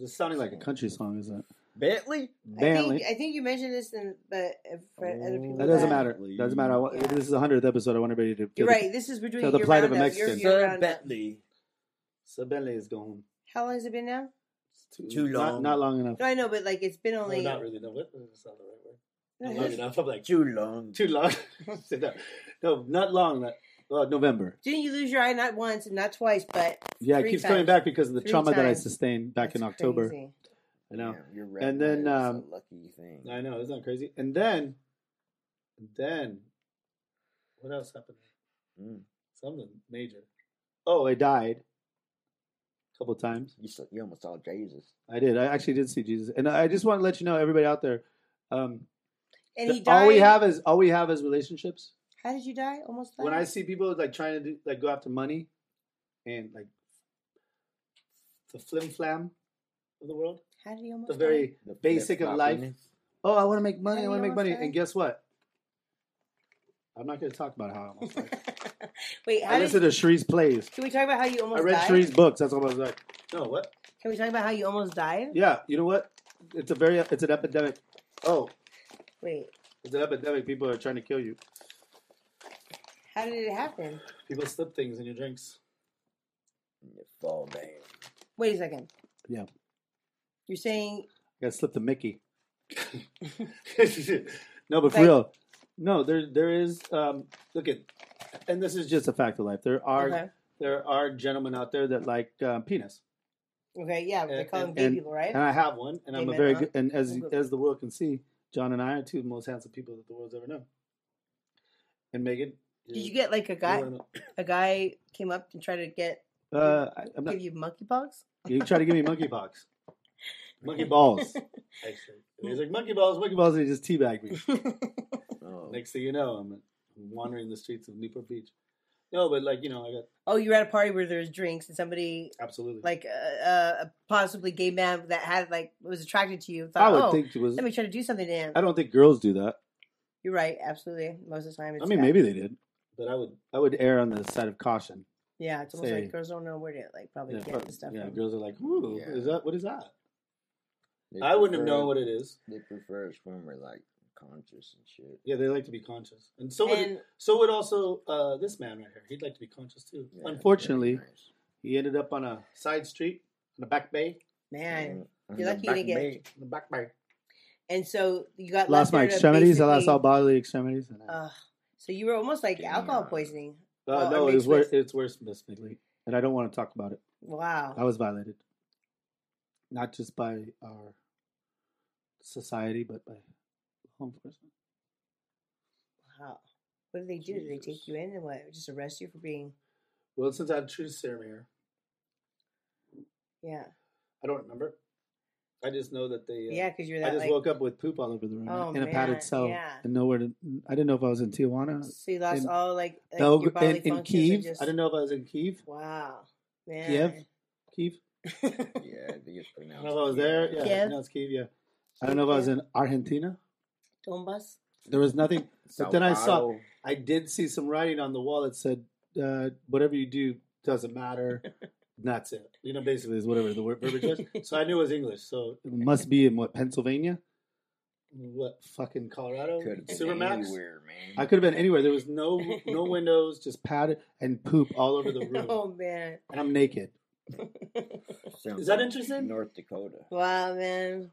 This is sounding like a country song, isn't it?
Bentley?
I
Manly.
think I think you mentioned this, in, but uh, for other people,
That doesn't
that-
matter. Doesn't matter. I want-
Yeah.
This is the hundredth episode. I want everybody to. feel
You're
the-
right. This is we're doing
So the
year
plight of a
roundup, year-
Mexican.
year
Sir
roundup.
Bentley.
So Bentley is gone.
How long has it been now?
It's Too,
Too
not-
long.
Not, long enough.
No, I know, but like it's been
No,
only.
not really. No, what? That's not the right word.
No,
Not long
it's-
enough. I'm like
Too long.
too long. Said that. no, not long. Not, well, November.
Didn't you lose your eye not once and not twice, but
Yeah,
Three
it keeps coming
times.
back because of the
Three
trauma that I
times.
sustained back in
That's
October.
crazy.
You know,
Damn, your
And
retina
then,
is a
um,
lucky thing.
I know isn't that crazy? And then, then, what else happened?
Mm.
Something major. Oh, I died. A couple times.
You, saw, you almost saw Jesus.
I did. I actually did see Jesus, and I just want to let you know, everybody out there. Um,
And he
that
died.
All we have is all we have is relationships.
How did you die? Almost died.
When I see people like trying to do, like go after money, and like the flim flam of the world,
How did he almost
the very
The
basic of life.
flip-floppiness.
oh, I want to make money,
How
I
you
want to make money,
almost
and
died?
guess what? I'm not going to talk about how I almost
die?
died.
Wait, how
I
did,
listened to Shree's plays.
can we talk about how you
I
almost
read
died?
Shree's books. That's what I was like. No, what?
Can we talk about how you almost died?
Yeah, you know what? It's a very it's an epidemic. Oh,
Wait,
it's an epidemic. People are trying to kill you.
how did it happen?
People slip things in your drinks.
And you fall down.
Wait a second.
Yeah.
You're saying
I got slipped a Mickey. no, but for
Like-
real, no. There, there is. Um, look at, and this is just a fact of life. There are
okay,
there are gentlemen out there that like uh, penis,
okay, yeah, they
And-
call them
and-
gay
and-
people, right?
and I have one, and I'm a
Amen,
very
huh?
good. And as
Mhm.
as the world can see, John and I are two of the most handsome people that the world's ever known. And Megan,
did you get like a guy? A guy came up and tried to get
Uh, I, am not.
give you monkeypox.
You try to give me monkey box, monkey balls. Actually, and he's like monkey balls, monkey balls, and he just teabagged me.
Oh.
Next thing you know, I'm wandering the streets of Newport Beach. No, but like you know, I got
oh, you were at a party where there was drinks and somebody
absolutely.
like a, a possibly gay man that had like was attracted to you. Thought,
I would
oh,
think it was.
let me try to do something to him.
I don't think girls do that.
You're right, absolutely. Most of the time, it's
I mean,
bad.
maybe they did, but I would. I would err on the side of caution.
yeah. It's almost
say-
like girls don't know where to like probably
Yeah,
get
fuck-
the stuff.
yeah,
from.
girls are like, "Ooh,
Yeah.
is that what is that?"
They
I wouldn't have
prefer-
known what it is.
They prefer us when we're like conscious and shit.
Yeah, they like to be conscious, and so would
and
so would also uh, this man right here. He'd like to be conscious too.
Yeah,
Unfortunately,
very nice.
he ended up on a side street, on a back bay,
man,
On
You're
the
lucky you
back
didn't get-
bay.
The back part.
and so you got
Lost my
there to
extremities. I lost
basically-
all bodily extremities. and I-
Ugh. so you were almost like alcohol
Damn.
poisoning.
Uh,
oh,
no,
or
it's
mixed
worse.
with-
It's worse, Miss McLean, and I don't want to talk about it.
Wow.
I was violated, not just by our society, but by law enforcement.
Wow. What did they do? Did they
Jesus.
take you in and what? Just arrest you for being?
Well, since I had truth serum here,
Yeah.
I don't remember. I just know that they. Uh,
Yeah, because you're
I
that
just
like.
woke up with poop all over the room
Oh,
in a
man,
padded cell,
yeah.
and nowhere to. I didn't know if I was in Tijuana,
So you lost
in
all like, like
Belg-
your bodily
in, in
functions. are
Kiev.
Just...
I didn't know if I was in Kiev.
Wow, man.
Kiev, Kiev.
Yeah, I think it's
I don't
pronounced.
know if I was there. Yeah,
Kiev.
no, it's Kiev. Yeah, I don't know if I was in Argentina.
Donbass.
There was nothing.
Sao
But then I saw-
Paulo.
I did see some writing on the wall that said, uh, "Whatever you do doesn't matter." That's it. You know, basically, is whatever the word verbiage was. So I knew it was English. So it must be in what Pennsylvania, what fucking Colorado,
Could have been
Supermax.
anywhere, man.
I could have been anywhere. There was no no windows, just padded and poop all over the room,
Oh man.
and I'm naked.
Sounds
Is that
like
interesting?
North Dakota.
Wow, man.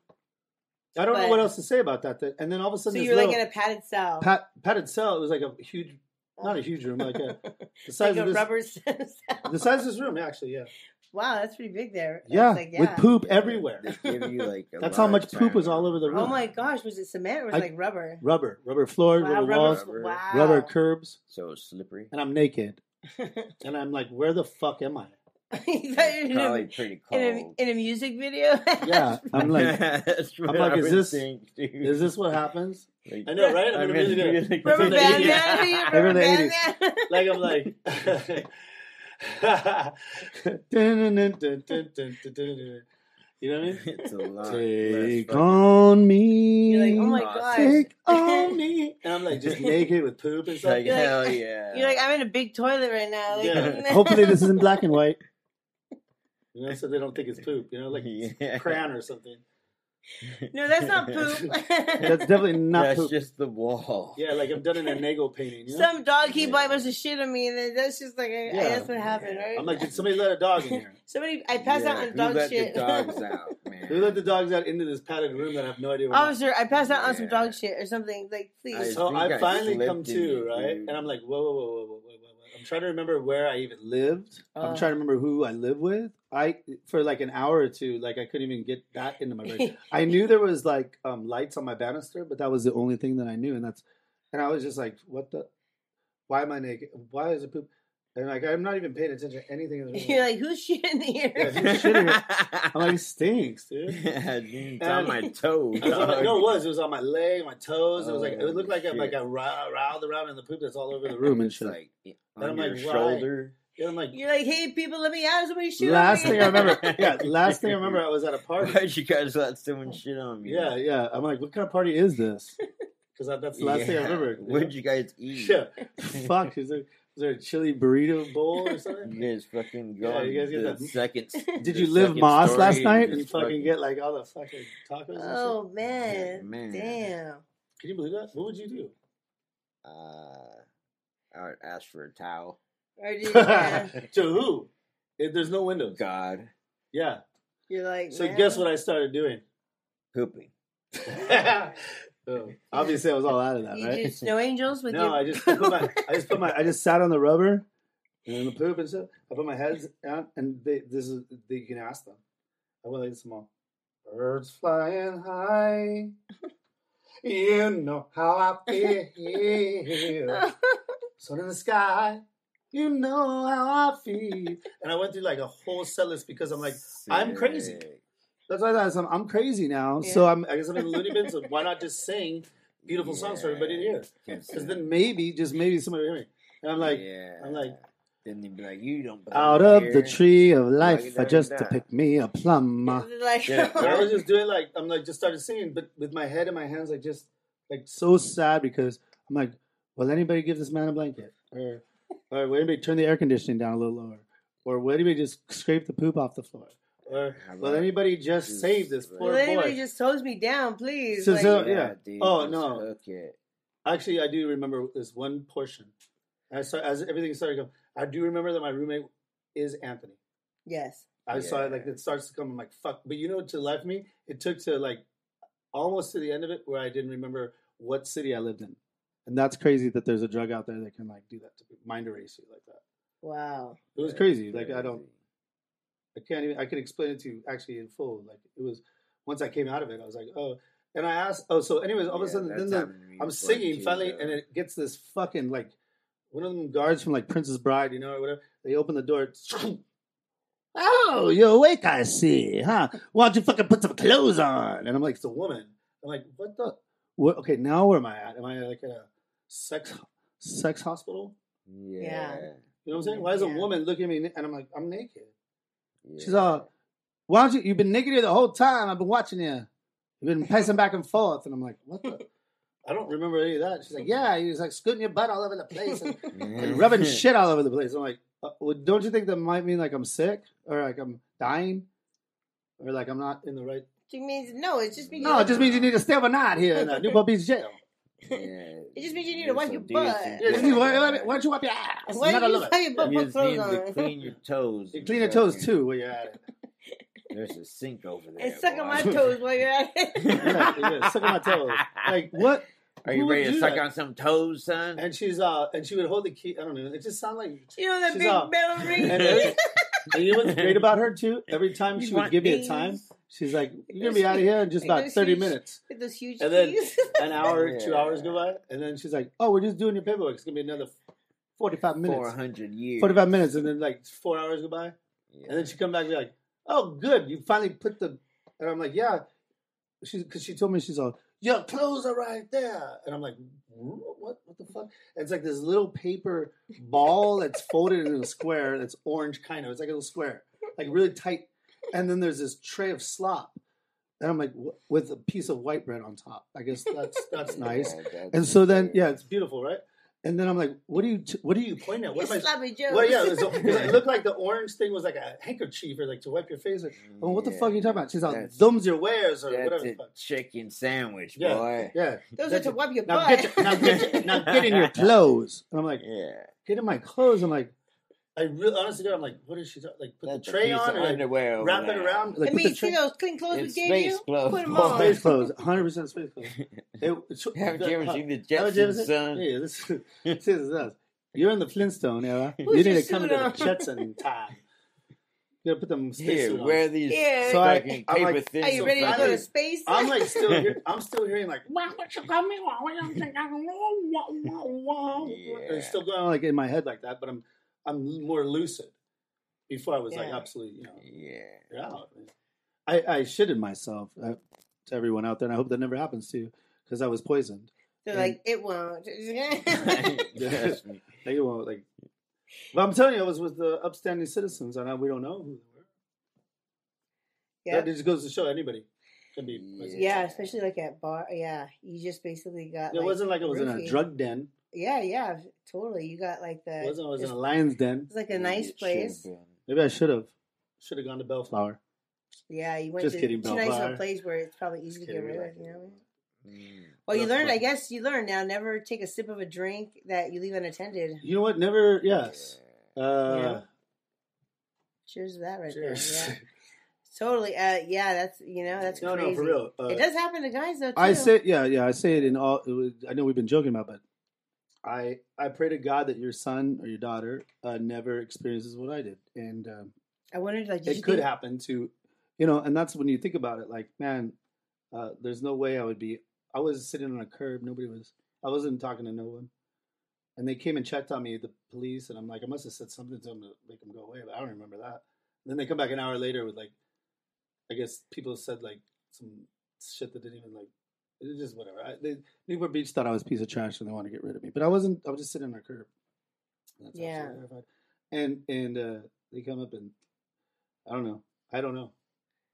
I don't know
But-
what else to say about that. that- And then all of a
So
sudden,
you
this
were like
little
in a padded cell. Oh,
pat, padded cell. It was like a huge, not a huge room, like a the size
like a
of this,
rubber cell.
the size of this room. Actually, yeah,
Wow, that's pretty big there. That's
yeah,
like,
with
yeah.
poop
Yeah,
everywhere.
They give you like a
That's how
large
much poop was
diameter
all over the
Oh
room.
my gosh, was it cement or was it
I-
like rubber?
Rubber, rubber floors,
Wow,
rubber
rubber,
walls,
rubber-
wow.
rubber curbs,
So it's slippery.
and I'm naked. and I'm like, where the fuck am I?
You thought you were in,
It's
a,
probably pretty
in,
cold.
a, in a music video?
Yeah, I'm like,
That's what
I'm like,
I
is
would
this-
think, dude.
is this what happens?
Like,
I know, right? I'm
I'm
in a music video.
music
Rubber
Remember
band
Yeah.
man? Are you a
Remember
Rubber
the
band
80s.
man?
Like I'm like. you know what I mean?
it's a lot.
Take
less fucking-
on me.
You're like, oh my
God.
gosh.
Take on me. And I'm like, just naked with poop and
It's
stuff.
like,
You're like-
hell yeah.
You're like, I'm in a big toilet right now. Like,
yeah. Hopefully, this isn't black and white. You know, so they don't think it's poop. You know, like
Yeah.
crayon or something.
No, that's not poop.
That's definitely not
That's
poop.
just the wall.
Yeah, like I'm done in a Nagel painting. You know?
Some dog he
Yeah.
bite must have shit on me, and then that's just like, I, I
Yeah.
guess what happened, right?
I'm like, did somebody let a dog in here?
Somebody, I passed
Yeah,
out on
who
dog
let
shit.
The dogs out, man.
Who let the dogs out into this padded room that I have no idea where
Officer, Oh, I passed out on some
Yeah.
dog shit or something. Like,
I
please.
So
think
Oh, I,
I
finally
slipped
come
in
to,
it,
right?
dude.
And I'm like, whoa, whoa, whoa, whoa, whoa, whoa, whoa. I'm trying to remember where I even lived. I'm
Oh.
trying to remember who I live with. I for like an hour or two, like I couldn't even get that into my brain. I knew there was like um, lights on my banister, but that was the only thing that I knew, and that's, and I was just like, what the, why am I naked? Why is it poop? And like I'm not even paying attention to anything. in the room.
You're like, who's shit in
Yeah,
here?
who's shitting here? I'm like, it stinks, dude.
it's on my toe.
It was on my-
dog.
no, it was. It was on my leg, my toes. It was like it
Oh,
looked like I'm like
shit.
I rou- riled around in the poop that's all over the room and
It's
shit.
like on
And I'm
your
like, why?
shoulder.
Yeah, I'm like,
You're like, hey, people, let me out. Somebody shoot
last
on me.
thing I remember, yeah, last thing I remember, I was at a party.
Why'd you guys let someone shit on me?
Yeah, yeah. I'm like, what kind of party is this? Because that's the last thing I
Yeah.
remember.
What'd you guys eat?
Yeah. Fuck. Is there, is there a chili burrito bowl or something?
You guys fucking
Yeah,
go.
you guys
the
get that-
second.
Did
the
you live
second
Moss
story
last night and
just
fucking get like all the fucking tacos? and shit?
Oh, man.
Man.
Damn.
Can you believe that? What would you do?
Uh, I would ask for a towel.
Or did, yeah.
to who? If there's no windows.
God,
Yeah.
You're like,
So
man.
guess what I started doing?
pooping.
Oh, obviously, I was all out of that,
You
right?
did snow angels with
No,
your...
I just put my, I just put my, I just sat on the rubber and the poop and stuff. I put my heads out, and they, this is they, you can ask them. I went like this small. Birds flying high, you know how I feel. Sun in the sky, you know how I feel. And I went through like a whole set list because I'm like, I'm crazy.
Sick.
that's why I am I'm crazy now. So
Yeah.
I'm, I guess I'm in the loony bin. So why not just sing beautiful songs for everybody to hear? Because then maybe, just maybe somebody will hear me. And I'm like,
yeah.
I'm like-
then they'd be like, you don't. belong
out of
here.
the tree of
you
life, I
doing
just to
that?
pick me a plum. And
like,
Yeah.
I was just doing like, I'm like, just started singing, but with my head and my hands, like, just like so sad because I'm like, will anybody give this man a blanket? Or, or will anybody turn the air conditioning down a little lower? Or will anybody just scrape the poop off the floor? Or
How
will
about
anybody just,
just-
save this
Will
poor
Will anybody
boy?
just hose me down, please?
So-
like,
so- yeah.
dude,
Oh,
just
no.
Hook it.
Actually, I do remember this one portion. I saw as everything started going. I do remember that my roommate is Anthony.
yes.
I saw it
Yeah.
like it starts to come. I'm like, fuck. But you know, what to left me, it took to like almost to the end of it where I didn't remember what city I lived in, and that's crazy that there's a drug out there that can like do that to people, mind erase you like that.
Wow.
It was
Yeah,
crazy. Like
crazy.
I don't, I can't even. I could explain it to you actually in full. Like it was once I came out of it, I was like, oh. And I asked, oh, so anyways, all of a
Yeah,
sudden,
that's
then the,
happened to me
I'm
before,
singing
too,
finally,
bro.
and it gets this fucking like one of them guards from like Princess Bride, you know, or whatever. They open the door. oh, you're awake, I see, huh? Why don't you fucking put some clothes on? And I'm like, it's a woman. I'm like, what the? What? Okay, now where am I at? Am I like at a sex sex hospital?
Yeah.
You know what I'm saying? Why is a
Yeah.
woman looking at me? na- And I'm like, I'm naked. She's
yeah.
all, why don't you? You've been naked here the whole time. I've been watching you. You've been pacing back and forth, and I'm like, what the? I don't remember any of that. She's like, yeah, you was like scooting your butt all over the place and, and rubbing shit all over the place. I'm like, uh, well, don't you think that might mean like I'm sick or like I'm dying or like I'm not in the right?
It means no. It just means
No, it just means you need to stay overnight here in uh, Newport Beach jail.
Yeah.
It just means you need to
You're
wipe
so
your
dirty.
butt.
Yeah, just need- why, why- why don't you wipe your ass?
Why
Not
do
all
you
over.
have your butt
You
put
just need
clothes
to
on?
clean your toes.
You
and
clean your toes
fucking-
too while you're at it.
There's a sink over there.
and suck on my
boy.
toes while you're at it.
Yeah, yeah, suck on my toes. Like what?
Are
Who
you
would
ready to
do
suck
that?
on some toes, son?
And she's uh, and she would hold the key. I don't know. It just sounded like.
you know that
She's
big
all-
metal ring.
And, every- and you know what's great about her too? Every time
You
she would
want
give me a
these?
time, she's like, "You're gonna be out of here in just about
Those
thirty
huge-
minutes."
With those huge
And then-
keys.
An hour, two
Yeah.
hours go by, and then she's like, "Oh, we're just doing your paperwork. It's gonna be another forty-five
Four
minutes."
hundred years.
Forty-five minutes, and then like four hours go by,
Yeah.
and then she come back and be like, "Oh, good, you finally put the," and I'm like, "Yeah," she's because she told me she's all, "Your clothes are right there," and I'm like, "Wh- "What? What the fuck?" And it's like this little paper ball that's folded in a square that's orange, kind of. It's like a little square, like really tight, and then there's this tray of slop, and I'm like, "Wh- with a piece of white bread on top. I guess that's that's nice.
Yeah, that's
And so then,
insane.
yeah, it's beautiful, right? And then I'm like, "What do you? T- what do you point at? What
It's
am I?"
sloppy joes.
Well, yeah, it, was, it was- it looked like the orange thing was like a handkerchief or like to wipe your face with. Oh, what the
Yeah.
fuck are you talking about? She's like,
That's-
thumbs your wares or
That's
whatever. the
a
fuck.
chicken sandwich,
Yeah.
boy.
Yeah.
Those are to wipe your
Now
butt.
get, your, now, get your, now get in your clothes. And I'm like,
Yeah.
get in my clothes. I'm like, I really honestly, dude, I'm like, what is she talking? Like, put
That's
the
a
tray
piece
on
of
and like,
underwear over
wrap it
there.
around.
I
Like,
mean,
put the
you see uh,
tray.
those clean clothes we
It's
gave
space
you?
clothes,
Put them
boy.
on.
Space clothes, 100% space clothes. It, it's-
Haven't you ever
uh,
seen the
haven't you ever
Jetsons,
seen-
son?
Yeah, this, this is us. You're in the Flintstone era.
Who's
you need
your
to come
suit
into the
on?
Jetson time. You gotta put them space
Here,
suit on.
wear these
Yeah.
So I-
fucking
I'm
paper
like,
thin.
Are you ready to go
fucking-
to space?
I'm like still, hear, I'm still hearing like
Yeah.
it's still going on like in my head like that, but I'm I'm more lucid. Before I was like
Yeah.
absolutely, you know,
Yeah.
you're out. I I shitted myself uh, to everyone out there, and I hope that never happens to you because I was poisoned.
They're like, it won't.
Trust me.
Like, it won't, like, but I'm telling you, I was with the upstanding citizens, and I, we don't know who they were.
yeah.
That just goes to show anybody can be poisoned.
yeah, especially like at bar. Yeah, you just basically got.
It
like,
wasn't like I was in a
roofie.
drug den.
Yeah, yeah, totally. You got like the.
It wasn't I was in
it's,
a lion's den.
it's like a nice
It should've
place.
been.
Maybe I should have. Should have gone to Bellflower.
Yeah, you went
Just
to
kidding,
too nice of
Bellflower.
a place where it's probably easy to
kidding,
get rid
relax.
of. You know.
Mm.
Well, you
Bellflower.
learned. I guess you learned now. Never take a sip of a drink that you leave unattended.
You know what? Never. Yes. Uh,
Cheers to that right
cheers.
there. Yeah. Totally. Uh, yeah, that's you know that's
no,
crazy.
no, for real. Uh,
It does happen to guys though too.
I say, yeah, yeah. I say it in all. It was, I know we've been joking about, it, but I I pray to God that your son or your daughter uh, never experiences what I did, and um,
I wondered like did
it
you
could
think-
happen to, you know. And that's when you think about it. Like, man, uh, there's no way I would be. I was sitting on a curb. Nobody was. I wasn't talking to no one. And they came and checked on me, the police, and I'm like, I must have said something to them to make them go away, but I don't remember that. then they come back an hour later with like, I guess people said like some shit that didn't even like, it was just whatever. I, they, Newport Beach thought I was a piece of trash and they wanted to get rid of me, but I wasn't. I was just sitting on a curb. And that's why I was so
Yeah.
terrified. And and uh, they come up and I don't know. I don't know.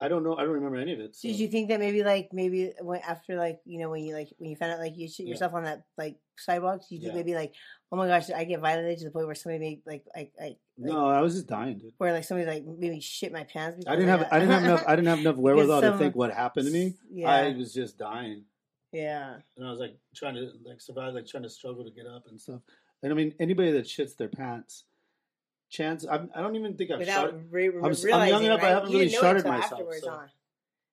I don't know. I don't remember any of it. So.
Did you think that maybe like maybe when, after like you know when you like when you found out like you shit
Yeah.
yourself on that like sidewalk? Did you think
Yeah.
maybe like oh my gosh, did I get violated to the point where somebody made like like like, like
No, I was just dying, dude.
where like somebody like made me shit my pants?
I
because
didn't have.
got-
I didn't have enough. I didn't have enough wherewithal to
Oh, some-
think what happened to me.
Yeah,
I was just dying.
yeah,
and I was like trying to like survive, like trying to struggle to get up and stuff. And I mean, anybody that shits their pants chance. I'm, I don't even think I've
without
shot.
re- re-
I'm s- I'm
realizing.
young enough, I
right?
haven't
you
really
didn't know
sharted
it till
myself,
Afterwards,
so-
huh?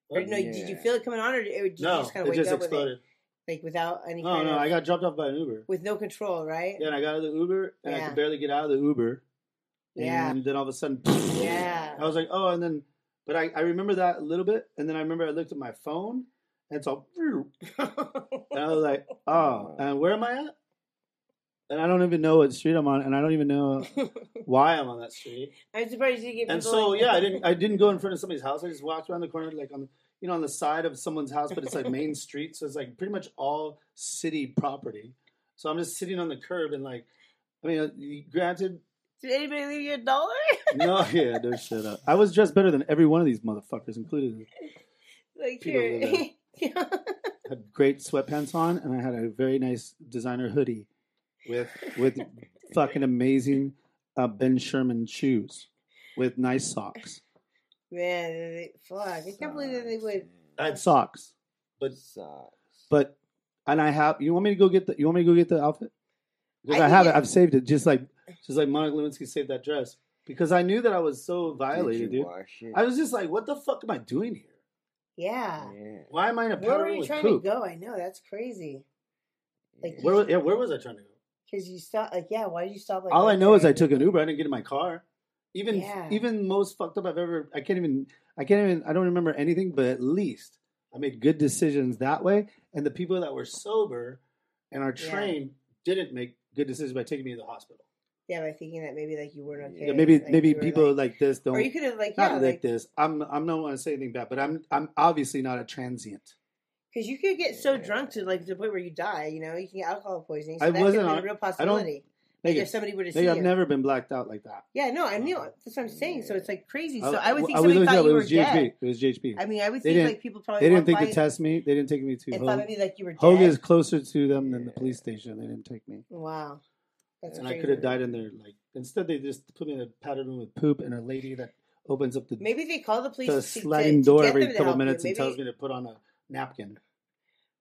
Or no, did you
Yeah.
feel it coming on, or did did you
No,
just kind of
it
wake
just
up with
exploded.
it, like without any?
No,
kind
oh, no,
of,
I got dropped off by an Uber.
with no control, right?
Yeah, and I got out of the Uber, and I
Yeah.
could barely get out of the Uber.
Yeah.
And then all of a sudden,
Yeah.
I was like, oh, and then, but I, I remember that a little bit, and then I remember I looked at my phone, and it's all, and I was like, oh, and where am I at? And I don't even know what street I'm on, and I don't even know why I'm on that street.
I'm surprised you get.
And
people
so
like-
yeah, I didn't I didn't go in front of somebody's house. I just walked around the corner, like on you know on the side of someone's house, but it's like main street, so it's like pretty much all city property. So I'm just sitting on the curb and like, I mean, uh, granted,
Did anybody leave you a dollar?
no, yeah, no shut up. I was dressed better than every one of these motherfuckers, including
like
People
here.
I had great sweatpants on, and I had a very nice designer hoodie with with fucking amazing uh, Ben Sherman shoes with nice socks.
Man, they- fuck! I can't believe that they would.
I had socks, but
Sucks.
But and I have. You want me to go get the? You want me to go get the outfit? Because
I
I, have
think
it.
it-
I've saved it. Just like just like Monica Lewinsky saved that dress. Because I knew that I was so violated,
Did you
dude.
wash it?
I was just like, what the fuck am I doing here?
Yeah.
Yeah.
Why am I in a
Where
powder
were
room
you
with
trying
poop?
to go? I know that's crazy. Like,
Where was, yeah, where was I trying to go?
Because you stopped. Like, yeah. Why did you stop? Like,
All
right
I know is
there?
I took an Uber. I didn't get in my car. Even
Yeah.
even most fucked up I've ever. I can't even. I can't even. I don't remember anything. But at least I made good decisions that way. And the people that were sober and are
Yeah.
trained didn't make good decisions by taking me to the hospital.
Yeah, by thinking that maybe like you weren't okay.
Yeah, maybe
like,
maybe
you were,
people like,
like,
this don't
or you could have like yeah,
not like,
like
this. I'm I'm not want to say anything bad, but I'm I'm obviously not a transient.
because you could get so
Yeah.
drunk to like the point where you die. You know, you can get alcohol poisoning. So
I
that could
wasn't
have
on-
been a real
I don't.
possibility. Like,
Nigga,
if somebody were to see
nigga, I've
you.
never been blacked out like that.
yeah, no, I knew
Um,
it. that's what I'm saying. So it's like crazy. So I, would think
was
somebody
always-
thought you
it
were
was GHB.
dead.
It was GHB.
I mean, I would
They
think
didn't-
like people probably
they didn't think
walked by
to test me. They didn't take me to
and
Hogue.
thought maybe like you were
Hogue
dead.
is closer to them than the
Yeah.
police station. They didn't take me,
wow, that's
and I
crazy.
could have died in there. Like instead, they just put me in a padded room with poop and a lady that opens up the,
Maybe they call the police
the
to,
sliding
to,
door
to get
every
them to
couple
help you.
minutes
maybe,
and tells me to put on a napkin.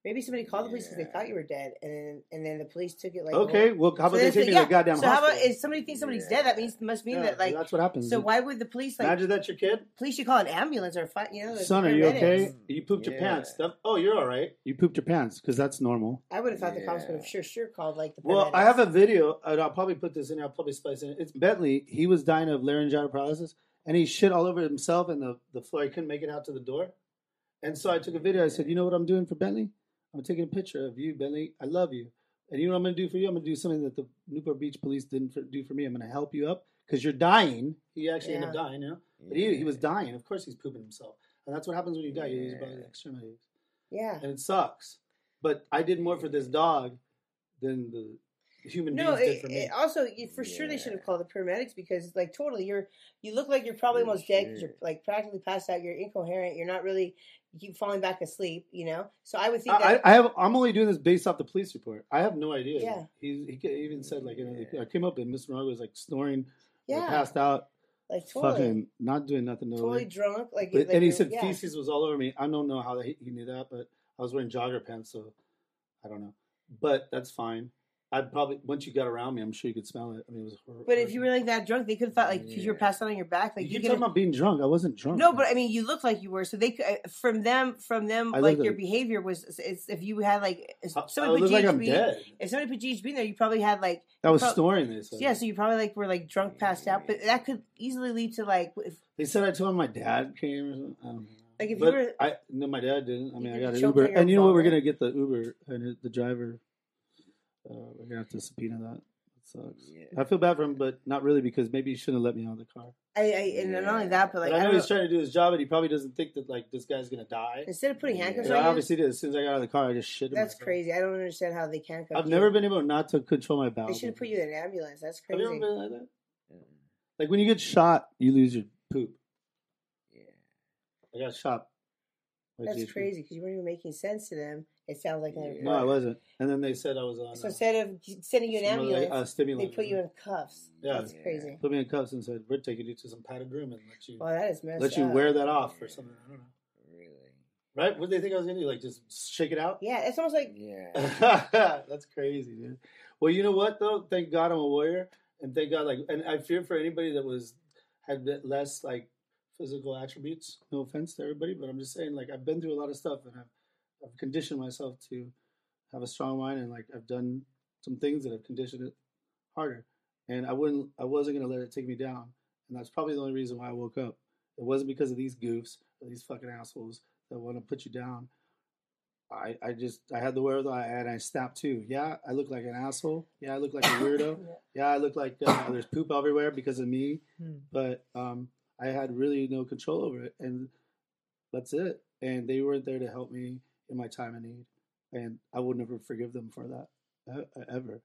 Maybe somebody called the police because they
Yeah.
thought you were dead, and then, and then the police took it like
Okay, well,
well,
how
so
about they
that's
take
the-
me
yeah.
to the goddamn
So how
hospital?
about if somebody thinks somebody's dead? That means must mean
Yeah,
that like
that's what happens.
so. Why would the police like
Imagine that's your kid.
police should call an ambulance or fight? You know, like
Son, are you
paramedics.
okay? You pooped your
Mm, Yeah.
pants. That- oh, you're all right. You pooped your pants because that's normal.
I would have thought the cops
Yeah.
would have sure sure called like the.
Well,
paramedics.
I have a video, and I'll probably put this in. I'll probably spice it. in. It's Bentley. He was dying of laryngeal paralysis, and he shit all over himself and the, the floor. He couldn't make it out to the door, and so I took a video. I said, "You know what I'm doing for Bentley? I'm taking a picture of you, Bentley. I love you, and you know what I'm going to do for you? I'm going to do something that the Newport Beach Police didn't for, do for me. I'm going to help you up because you're dying. He actually ended up
Yeah.
dying, you know. But he, he was dying. Of course, he's pooping himself, and that's what happens when you die. You lose
Yeah.
bodily extremities,
yeah.
and it sucks. But I did more for this dog than the human
No,
beings did
it,
for me.
it also you, for sure they
Yeah.
should have called the paramedics because like totally you're you look like you're probably
For
almost dead 'cause
sure.
you're like practically passed out. You're incoherent. You're not really. You keep falling back asleep. You know. So I would think
I,
that
I have. I'm only doing this based off the police report. I have no idea.
Yeah.
He, he ca- even said like, you know, like,
Yeah.
I came up and Mr. Monago was like snoring, or
yeah,
passed out,
like totally.
fucking not doing nothing. No.
totally drunk. Like,
But-
like
and he
you're-
said
yeah.
feces was all over me. I don't know how he, he knew that, but I was wearing jogger pants, so I don't know. But that's fine. I'd probably once you got around me, I'm sure you could smell it. I mean, it was horrible.
But if you were like that drunk, they could have thought like because you were
Yeah.
passed out on your back, like
you,
you
keep
could.
talking about being drunk. I wasn't drunk.
No, but I mean, you look like you were, so they could from them from them
I
like
look
your
like-
behavior was. It's, if you had like if
I, I
somebody
look
put
like
GHB,
I'm dead.
if somebody put GHB in there, you probably had like
I was
Pro-
snoring. They said.
yeah, so you probably like were like drunk, passed out, but that could easily lead to like if
They said I told him my dad came or something. I don't know.
Like, if you
but
were-
I no, my dad didn't. I
You
mean, I
could
got an
choke
Uber,
on your
and you know what? We're
vomit.
gonna get the Uber and it- the driver. Uh, we're gonna have to subpoena that. That sucks.
Yeah.
I feel bad for him, but not really because maybe he shouldn't have let me out of the car.
I, I and not only
Yeah.
that, but like
but I
I
know
don't
he's
know,
trying to do his job, and he probably doesn't think that like this guy's gonna die.
instead of putting handcuffs
And
Yeah,
I
on you,
obviously did. As soon as I got out of the car, I just shit.
that's
myself.
crazy. I don't understand how they can't.
I've never been able not to control my
They
bowels.
should have put you in an ambulance. That's
Have
crazy.
you ever been like that? Like when you get shot, you lose your poop. I got shot. by
That's
GHB.
crazy because you weren't even making sense to them. It sounds like an
Yeah.
No, I wasn't. And then they said I was on.
So
uh,
instead of g- sending you an
some, uh, like,
ambulance,
a
they
stimulant.
put you in cuffs.
Yeah.
That's crazy.
put me in cuffs and said, "We're taking you to some padded room and let you
Well, that is messed
let you
up.
wear that off or something." I don't know.
Really?
Right? What did they think I was gonna do? Like just shake it out?
Yeah, it's almost like
Yeah.
That's crazy, dude. Well, you know what though? Thank God I'm a warrior, and thank God. Like, and I fear for anybody that was had bit less like physical attributes. No offense to everybody, but I'm just saying, like, I've been through a lot of stuff, and I've, I've conditioned myself to have a strong mind, and like, I've done some things that have conditioned it harder. And I wouldn't, I wasn't gonna let it take me down, and that's probably the only reason why I woke up. It wasn't because of these goofs or these fucking assholes that want to put you down. I, I just I had the wherewithal and I snapped too. Yeah, I look like an asshole. Yeah, I look like a weirdo yeah, I look like uh, there's poop everywhere because of me,
Hmm.
but um, I had really no control over it, and that's it. And they weren't there to help me in my time of need, and I will never forgive them for that e- ever.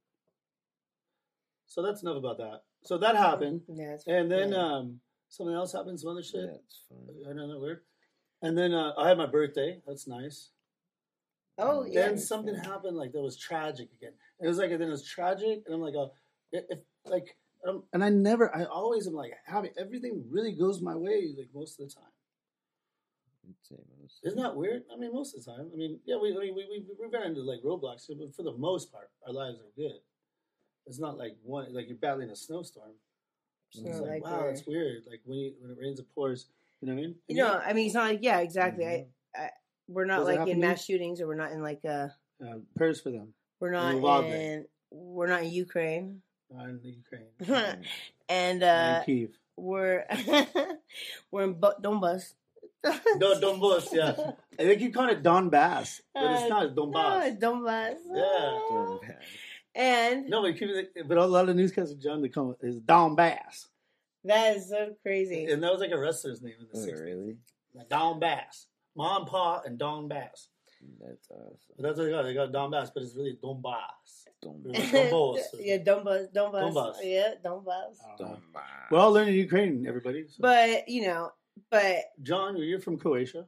So that's enough about that. So that happened,
Yeah, that's-
and then
yeah.
um, something else happened, some other shit.
That's fun.
I don't know weird. And then uh, I had my birthday. That's nice
oh
then
yeah,
then something happened like that was tragic again. And it was like and then it was tragic, and I'm like, oh, if if, like, um, and I never, I always am like happy. Everything really goes my way like most of the time.
I'd say most-
Isn't that weird? I mean, most of the time. I mean, yeah, we I mean, we we we ran into like roadblocks, but for the most part, our lives are good. It's not like one like you're battling a snowstorm.
It's
It's
not
like,
like
wow,
we're-
it's weird. Like when you, when it rains, it pours. You know what I mean?
you know, I mean, it's not like yeah, exactly.
Mhm.
I, I, we're not
Does it
like
happen
in
to you?
mass shootings, or we're not in like uh,
uh, prayers for them
we're not
Zimbabwe.
in we're not in Ukraine,
uh, in the Ukraine,
Mm.
and
and
uh,
in Kiev.
we're we're in Bo- Donbass.
No, Donbass, yeah. And they keep calling it Donbass, but it's
Uh,
not Donbass.
No, Donbass.
Yeah.
Don't pass.
And
No, but, keep, but a lot of newscasters, John, they call it is Donbass.
that is so crazy.
And that was like a wrestler's name in the
Oh,
60s.
really?
Like Don Bass. Mom, Pa, and Don Bass.
That's awesome.
But that's what they got. They got Don Bass, but it's really Donbass.
Don't
Yeah.
pass.
Donbass.
yeah, Donbass, Donbass.
Donbass.
Yeah, Donbass.
Don't pass.
We're all learning Ukrainian, everybody. So-
But you know, but
John, you're from Croatia.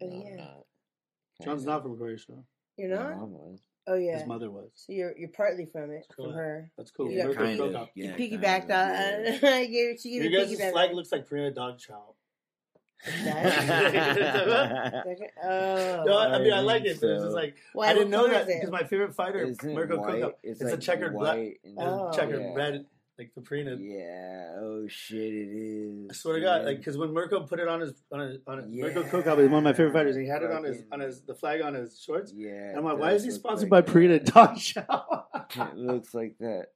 No,
Oh, yeah.
I'm not.
John's
Kinda.
not from Croatia.
you're
My
not.
mom was.
Oh yeah.
His mother was.
So you're you're partly from it
Cool.
from her.
That's cool.
Yeah,
Mirko
kind of.
Prokop.
Yeah,
you piggybacked
kind of,
on. I gave she gave
Your
you
guys'
piggyback.
flag looks like Prima Dog Chow.
yeah.
Second- oh,
No, I, I mean, I
I
like
think
it, but it's
so.
just like,
Why,
I didn't
what
know
color
that
is it?
because my favorite fighter,
Isn't it
Mirko
white?
Prokop,
It's,
It's a
like
checkered black-
white and
There's
Oh.
checkered
yeah.
red, like the Prina.
Yeah. Oh shit! It is.
I swear to God,
man.
like because when Mirko put it on his on his, on his Mirko
Yeah.
Kokop is one of my favorite fighters. and He had it on his
Fucking-
on his the flag on his shorts.
yeah.
And I'm like,
it
why is
does
he
look
sponsored
like
by Prina
that.
Dog Chow?
It looks like that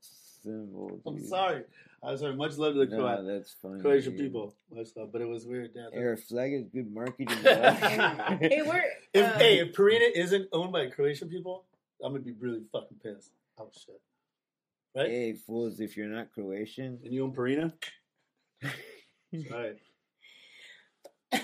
symbol.
I'm
dude.
sorry. I'm sorry. Much love to the
No,
Croat,
that's funny.
Croatian
dude.
people. Much love, but it was weird. Yeah,
Air flag is good marketing.
Hey,
bro.
we're
if
um,
hey, if Perina isn't owned by Croatian people, I'm gonna be really fucking pissed. Oh shit! Right?
hey, fools! If you're not Croatian,
And you own Perina? All right,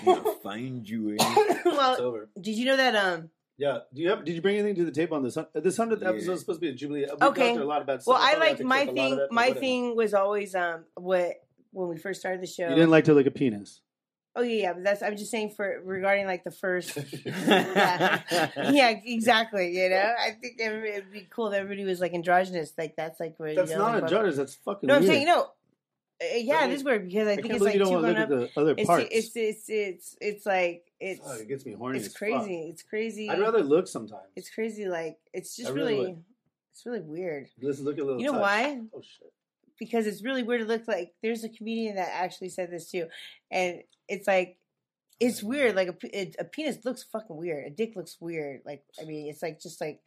we'll find you. In.
it's
well,
over.
did you know that? Um,
Yeah. Do you have? Did you bring anything to the table on this? hun- This hundredth
Yeah.
episode is supposed to be a jubilee. We've
Okay.
gone through A lot of bad stuff.
well,
I
I
thought I'd
liked
accept
my
a lot of
thing.
it, but
My
whatever.
thing was always um what when we first started the show.
You didn't like to lick a penis.
oh yeah, yeah, but that's I'm just saying for regarding like the first.
yeah.
yeah, exactly. You know, I think every, it'd be cool if everybody was like androgynous. Like that's like where
That's
you know,
not
like,
a judge. That's fucking.
No, I'm
weird.
saying no. Uh, yeah,
Let
it
me-
is weird because I,
I
think
can't
it's
believe you
like two
don't want to
grown
look at
up.
the other
It's,
parts.
it's it's it's it's like it's
Fuck, Oh, it gets me horny.
it's
as fuck.
crazy. It's crazy.
I'd rather look sometimes.
it's crazy. Like it's just
I really
really,
would.
it's really weird.
Let's look a little.
You know
touch.
why?
Oh shit!
Because it's really weird to look like. There's a comedian that actually said this too, and it's like. It's weird. Like a, pe- it- a penis looks fucking weird. A dick looks weird. Like I mean, it's like just like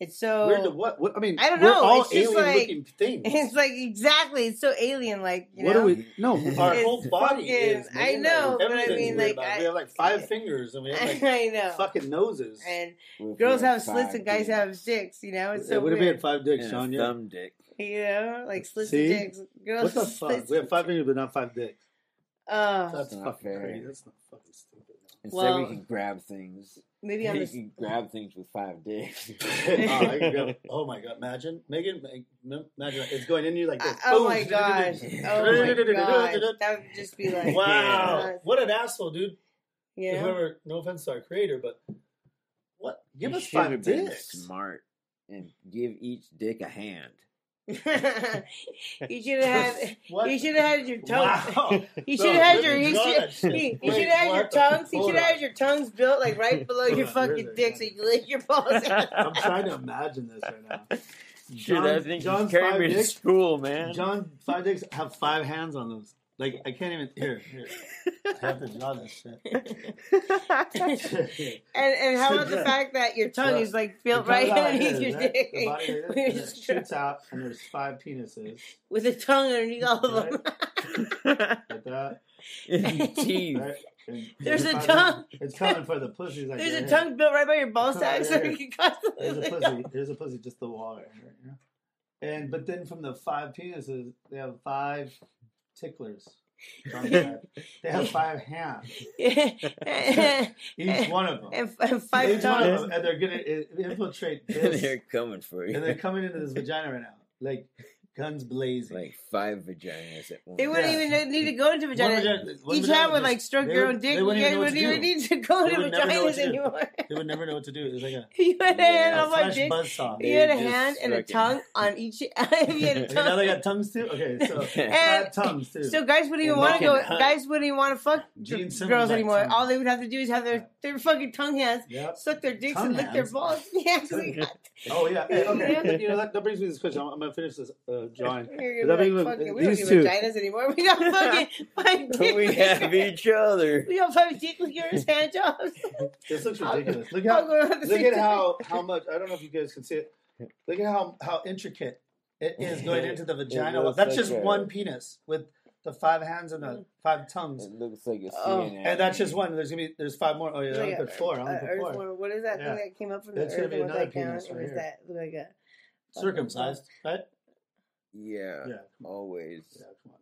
it's so
Weird to what? what? I mean,
I don't
We're
know,
all
it's just
alien-looking things.
It's like exactly. It's so alien. Like you
what
know?
do we? No, our
It's
whole body
fucking-
is. man.
I know,
Like,
but I
everything's
mean,
weird
like,
about it.
I-
we have like five fingers and we have like
I know.
fucking noses.
And
Well, if
girls
we had
have slits
five
and guys
dicks
have dicks. You know, it's so
it would have
weird.
been five dicks,
and
Sean.
a
Yeah.
thumb dick.
you know, like slits
See?
and dicks.
What
Girls
the
have
fuck?
slits-
We have five fingers, but not five dicks.
Oh,
That's
not
fucking
fair.
crazy. That's not fucking stupid.
Instead,
Well-
we can grab things.
maybe I'm
you
just.
can grab things with five dicks.
oh, I can go, oh my god! Imagine Megan. ma- Imagine it's going in you like this.
I- oh my
Boom.
gosh! Oh my gosh! That would just be like
Wow!
uh,
What an asshole, dude.
You know?
Whoever, no offense to our creator, but what? Give
You
us
should
five
have been
dicks.
Smart and give each dick a hand.
you should have had.
What?
You should have had your tongue.
Wow.
You
No,
should have had
where did you
your. You
draw that shit?
should, you,
Wait,
should have had your
what the-
tongues. You
hold
should have
on.
had your tongues built like right below
Hold
your
on, where is
fucking
it?
dick, so you can lick your balls. out.
I'm trying to imagine this right now.
Dude, that thing
John's
carried
five
me to
dicks.
school, man.
John five dicks have five hands on those. Like I can't even here. here. I have to draw this shit.
and and how about the fact that your tongue is like built right
It comes out
underneath
here,
your
right?
dick
The body like this, and it shoots out, and there's five penises
with a tongue underneath all of them?
like that.
And teeth.
Right? And
There's a
five-
tongue.
It's coming for the pussies. Like
There's
right
a
here.
tongue built right by your ball
Right
sack, so
there.
you can constantly.
There's a
lick
pussy. There's a pussy. Just the wall right here. you know? And but then from the five penises, they have five ticklers. John said. they have five hands.
it.
Each one of them.
and, and
Each
five
one
tongues.
of them, and they're gonna i- infiltrate this,
They're coming for
and they're
you.
coming into this vagina right now, like guns blazing.
Like five vaginas at once.
They wouldn't
Yeah.
even need to go into
One
vagina.
vagina- one
Each
vagina
hand would
just-
like stroke
they
your
would-
own dick.
They
You
wouldn't
guys
even know what
wouldn't
to
even
do.
need to go
They
into
would never know what
vaginas
to do.
anymore.
They would never know what to do. It was like a,
you had a
Yeah.
hand
a
on my
flesh
dick.
buzzsaw.
You had a
They just
hand and a
fucking-
tongue on each. if you had a
Okay, now they
tongue.
got tongues too. Okay, so
And-
five tongues too.
So guys wouldn't even
And
want to
they
go.
can hug.
Guys wouldn't even want to fuck
Gene
dr-
Simmons
girls
like
anymore.
tongue.
All they would have to do is have their, their fucking tongue hands,
yep.
suck their dicks,
Tongue
and lick their
hands?
balls. Yeah, 'cause they got-
Oh yeah. Hey,
Yeah.
okay. you know that, that brings me to this question. I'm, I'm gonna finish this uh, drawing. But
You're gonna
that
be
means
like, fuck it, we don't
these
do
two-
vaginas anymore. We got fucking five dick
we have
lickers.
each other.
We got five dick lickers, hand jobs.
This looks ridiculous. Look
I'll
how
go around the
look
same
at how how much. I don't know if you guys can see it. Look at how how intricate it is going into the vagina.
looks
That's
like
just
a-
one penis with the five hands and the five tongues.
It looks like a
Oh.
CNN.
And that's just one. There's gonna be there's five more. Oh yeah, I only
Yeah,
put four. I only
uh,
put
earthworm.
four.
What is that
Yeah.
thing that came up from
That's
the
gonna
earth?
be
and went
another
back down?
penis
It
right
was
here.
that like a
Circumcised, right?
Yeah,
Yeah.
always.
Yeah, come on.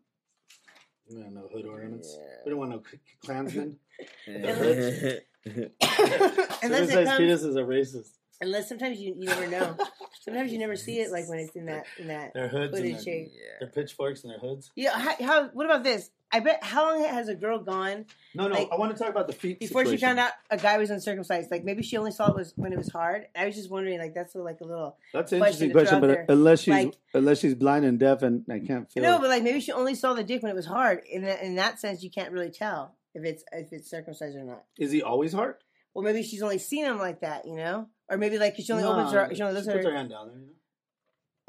We don't know hood ornaments. We
Yeah.
don't want no c- Klansmen.
And-
unless it
Circumcised
comes,
penis is a racist.
unless sometimes you, you never know. Sometimes you never see it like when it's in that in that.
Their hoods
Hooded
and their,
shape.
yeah.
their pitchforks and their hoods.
Yeah, how, how? What about this? I bet. How long has a girl gone
No, no.
Like,
I want to talk about the feet
before she
situation.
found out a guy was uncircumcised? Like maybe she only saw it was when it was hard. I was just wondering, like that's like a little
That's an
question
interesting question,
to throw
but
out there.
unless she's
Like-
unless she's blind and deaf and I can't feel.
no, but like maybe she only saw the dick when it was hard. In that, in that sense, you can't really tell if it's if it's circumcised or not.
is he always hard?
Well, maybe she's only seen him like that, you know, or maybe like she only opens
No,
her. She only looks
she
at
puts
her.
her hand down there. You know?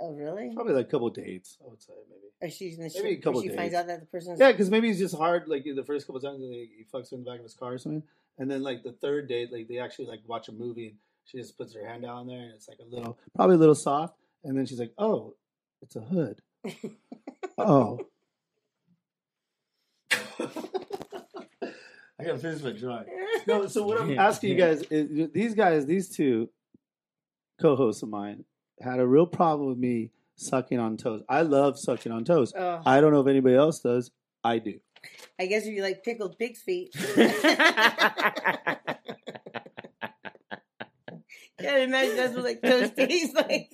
Oh, really?
Probably like a couple dates, I would say maybe.
Or she's in the
Maybe a
she,
couple
she
days.
finds out that the person's
Yeah, because maybe he's just hard. Like the first couple times, and he, he fucks her in the back of his car or something, and then like the third date, like they actually like watch a movie, and she just puts her hand down there, and it's like a little, probably a little soft, and then she's like, "Oh, it's a hood." oh. I gotta finish my drawing. No, so what I'm asking you guys is these guys, these two co-hosts of mine, had a real problem with me sucking on toes. I love sucking on toes.
oh,
I don't know if anybody else does. I do.
I guess if you like pickled pig's feet, yeah, imagine that's what like toast tastes like.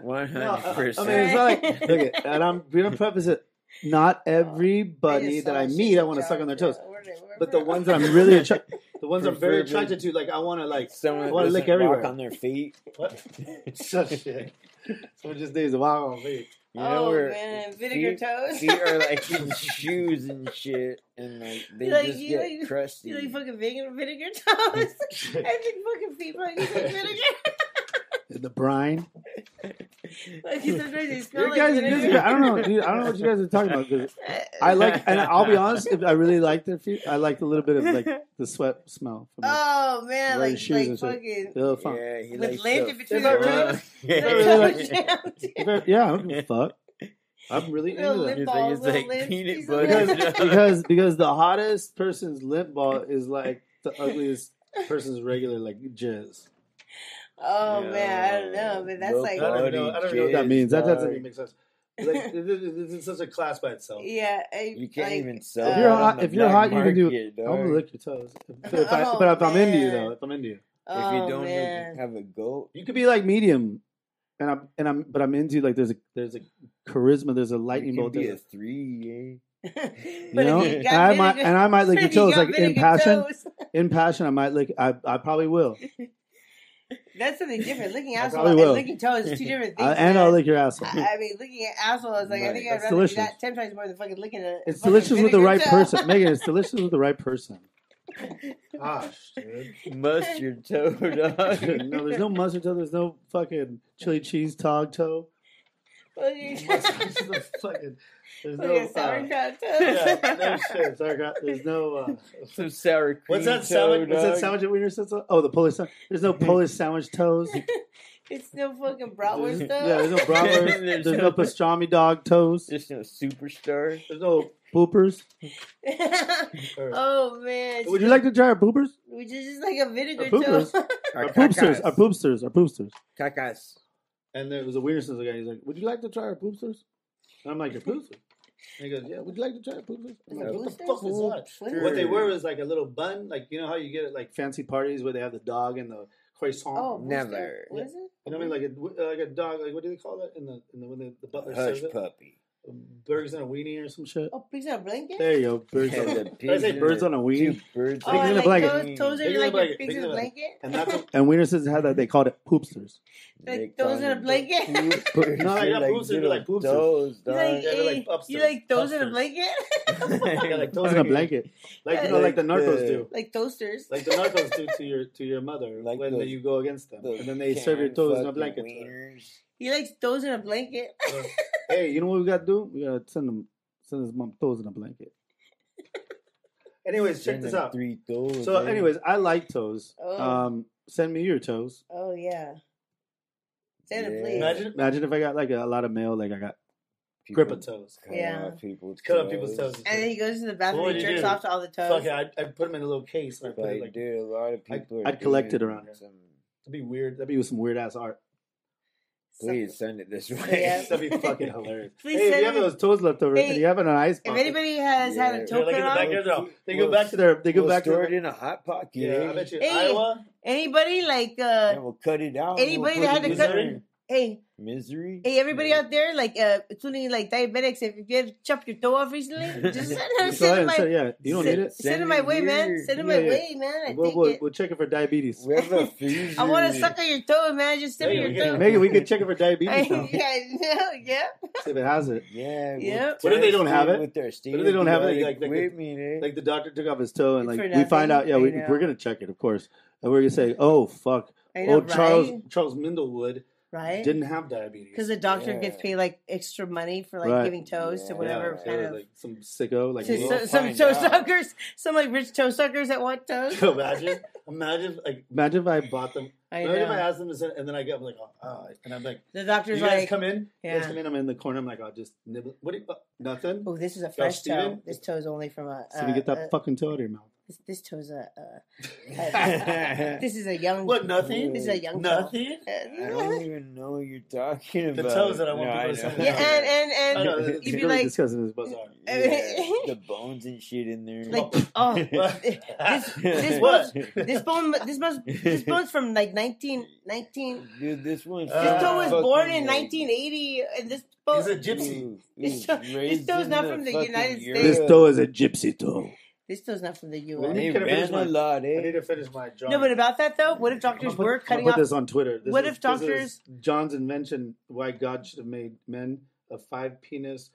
One
No,
hundred
I mean, it's
percent.
not like look it, and I'm gonna preface it. Not everybody
just
that
saw
I
that
meet,
shit
I want to
in
suck on their toes.
Georgia. Where they- where
But the
from?
ones that I'm really attracted, the ones I'm very
Preferably-
attracted to, like I want to like
Someone
I
that
wanna lick
doesn't
everywhere.
walk on their feet.
what? Such shit. Someone just needs a wow on me.
You know,
oh
where
man, vinegar
feet,
toes.
feet are like in shoes and shit, and like they
You like-
just
you
get
like-
crusty.
you like fucking vinegar, vinegar toes. I think fucking feet probably taste like vinegar.
The brine.
Like sometimes they smell
You
like
guys,
vinegar.
I don't know, dude. I don't know what you guys are talking about. 'cause I like, and I'll be honest. If I really like their feet, I like a little bit of like the sweat smell. From it.
Oh man,
Wearing
like
shoes
like
and shit.
fucking.
The funk.
yeah, he
With
likes
lint
the-
in between
the
Uh,
toes?
yeah.
I really like-
Like, jam,
If
dude.
I- Yeah, I don't give a fuck. I'm really into
Little
that.
lip
It's like-
balls,
it's
little
like
lint
peanut
pieces.
butter.
because
Yeah.
because because the hottest person's lint ball is like the ugliest person's regular like jizz.
Oh man, I don't know, but that's
Low
I
like
don't even know. I don't even know what that
Jizz,
means. That doesn't
dog.
even make sense. Like this is this is such a class by itself.
yeah. I,
You can't
like,
even sell.
uh,
If you're hot- if you're hot, you can do-
it.
I'm gonna lick your toes. If, if I,
Oh,
but if I'm into you
man.
though, if I'm into you,
If you
oh,
don't
man.
have a goat,
you could be like medium, and I'm and I'm but I'm into you, like there's a there's a charisma, there's a lightning
you can
bolt,
be
there's
a three.
but
you know,
if you
and
got
I might
vinegar-
and I might lick your
if you
toes
got
like in
vinegar
passion,
toes,
in passion. I might lick. I I probably will,
that's something different. Licking
I
asshole
probably
and
will.
licking toes is two different things.
I, and I'll
man.
lick your asshole.
I I mean, looking at asshole is like I
Right,
think I'd
that's
rather
delicious.
do that ten times more than fucking looking at. a
It's
fucking
delicious with the
vinegar
right
toe.
person, Megan. It's delicious with the right person. Gosh, dude.
Mustard toe dog.
no, there's no mustard toe. There's no fucking chili cheese tog toe.
Well, you-
There's no fucking. There's
Well,
no.
yeah,
Uh,
sauerkraut toast.
yeah, no shit. sauerkraut. There's no. Uh,
Some sour cream.
what's that
toe
sandwich? What's that
dog.
sandwich that we were said? Oh, the Polish sandwich. There's no Polish sandwich toes.
It's no fucking bratwurst though.
Yeah, there's no bratwurst.
There's
There's no
no-
pastrami dog toes.
Just no superstar.
There's no poopers. Or-
oh man.
Would you like to try our poopers?
Which is just like a vinegar
Or poopers.
toast.
Our poopsters. Our poopsters. Our poopsters.
Cacas.
And there was a Wienersen's guy. He's like, "Would you like to try our poopsters?" And I'm like, "Your poopsters." And he goes, "Yeah, would you like to try our poopsters?" I'm like, "What the fuck is that?" What they were was like a little bun, like you know how you get at like fancy parties where they have the dog and the croissant.
Oh,
Oh,
Never.
Was it?
you know what I mean? Like a like a dog. Like what do they call that in the in the when the, the butler
Hush
serves it?
puppy.
Birds and a weenie or some shit.
Oh, pigs in a blanket.
There you go. Birds.
Had
on,
the
did I say
pigeon
birds
or
on a
two
weenie?
Birds
oh,
pigs
I
in a
like
blanket.
Those, those are
Pigs in a
like
blanket,
your pigs in a blanket.
And that's what, and Wienersen's had that. They called it poopsters.
Like
They
those
call
in a
them
blanket?
poopers.
No, like
They're
not poopers, they're
little
like poopers.
toes,
You
dog.
like,
Yeah, they're like
eh, you
upstairs,
like those in a
upstairs.
blanket?
Yeah, like toes in a blanket, like you know, like the narcos do,
like toasters.
like the narcos do to your to your mother
Like
when
those-
you go against them,
Those
and then they serve your
canned
toes in a
fucking
blanket.
wieners.
he likes those in a blanket.
hey, you know what we gotta do? We gotta send them, send his mom toes in a blanket. Anyways, check
Send
this
them
out.
Three toes.
So,
eh?
anyways, I like toes.
Oh.
Um, send me your toes.
Oh yeah. Send it,
Yeah.
please.
Imagine, imagine if I got like a, lot of mail, like I got
People
grippa toes.
cut
Yeah.
off people's
Cut off people's toes.
And then he goes to the bathroom
What
and
would you
jerks
do?
off to all the toes.
Fuck it, I'd, I'd put them in a little case and I'd put
Like,
it like.
dude, a lot of
I'd-
people. are
I'd collect it
doing
around here.
some-
That'd be weird. That'd be some weird ass art.
So-
Please send it this way.
Yeah.
That'd be fucking hilarious.
Please
hey, if
send
you have
it-
those toes left over
Hey,
and you have it in an ice
If
pocket,
anybody has had a
Yeah.
they're
toe
like
cut
in the
off,
back of their-
We'll-
they go
we'll
back to their. They go
we'll
back to.
store
Their,
it in a hot pocket. eh?
yeah, I bet you
Hey,
Iowa,
anybody like uh
And we'll cut it out. and
Anybody
we'll
that
put
had to
it in
cut-
there.
Missouri.
hey
misery.
hey everybody
Yeah.
out there like uh including like diabetics if you have chopped your toe off recently just send
Go
it
ahead
send it
and
my
say- yeah, you don't need
send,
it.
send it
Send
my
it
way man
here.
send it
Yeah,
my
yeah.
way man I
We'll,
think
we'll,
it
we'll check it for diabetes.
We have a freezer.
I want to suck on your toe man just send me
Megan, we
your toe
can, Megan, we can check it for diabetes now.
yeah I know, yeah
See if it has it.
Yeah. we'll
Yep.
What if they don't
test
have it?
With their
What if they don't have it? Like- like the-
equipment, eh?
Like the doctor took off his toe, and
It's
like
for
we find
nothing.
out, yeah, we,
I know.
we're gonna check it, of course, and we're gonna say, oh fuck,
I know
old Charles
right
Charles Mindlewood
right
didn't have diabetes.
because the doctor
Yeah.
gets paid like extra money for like
Right.
giving toes to
Yeah.
whatever
Yeah,
kind
yeah,
of
like some sicko, like
to
we'll
so, some
find
toe
out.
suckers some like rich toe suckers that want toes
So imagine, imagine, like imagine if I bought them.
I
Imagine if I
know
asked them to send, and then I get I'm like, oh, ah, and I'm like,
the
you
doctor's
guys
like
come in, you guys
Yeah.
come in. I'm in the corner. I'm like, I'll just nibble. What? Do you, uh, nothing.
Oh, this is a fresh toe.
Steven?
This toe is only from a.
So we
uh,
get that
uh,
fucking toe out of your mouth.
this, this toe's a. Uh, this is a young.
What? Nothing.
This is a young.
Nothing.
Toe.
I
Uh,
don't even know what you're talking about.
The toes that I want
No,
people to
know.
send
yeah, and and and
I know, it's
you'd be
really
like-
disgusting. This bizarre.
Yeah, the bones and shit in there.
like oh.
What?
This, this,
What?
Bone's, this bone, this must, this bone's from like 19, 19
Dude, this one's
Uh,
This toe was
fucking
born in
like-
nineteen eighty, and this bone.
He's a gypsy.
Ooh,
This
ooh,
toe- this
raised
toe's
in
not from the
fucking
United
Europe.
States.
This toe is a gypsy toe.
this toe's not from the U.S.
Well,
They
You could've
ran
finished
a
mine.
lot,
I need
eh?
to finish my drawing.
No, but about that though, what if
I'm gonna
doctors
put-
were
I'm gonna
cutting
put
off?
this on Twitter. This
what
is-
if
this is
doctors-
John's invention? Why God should have made men a five penis,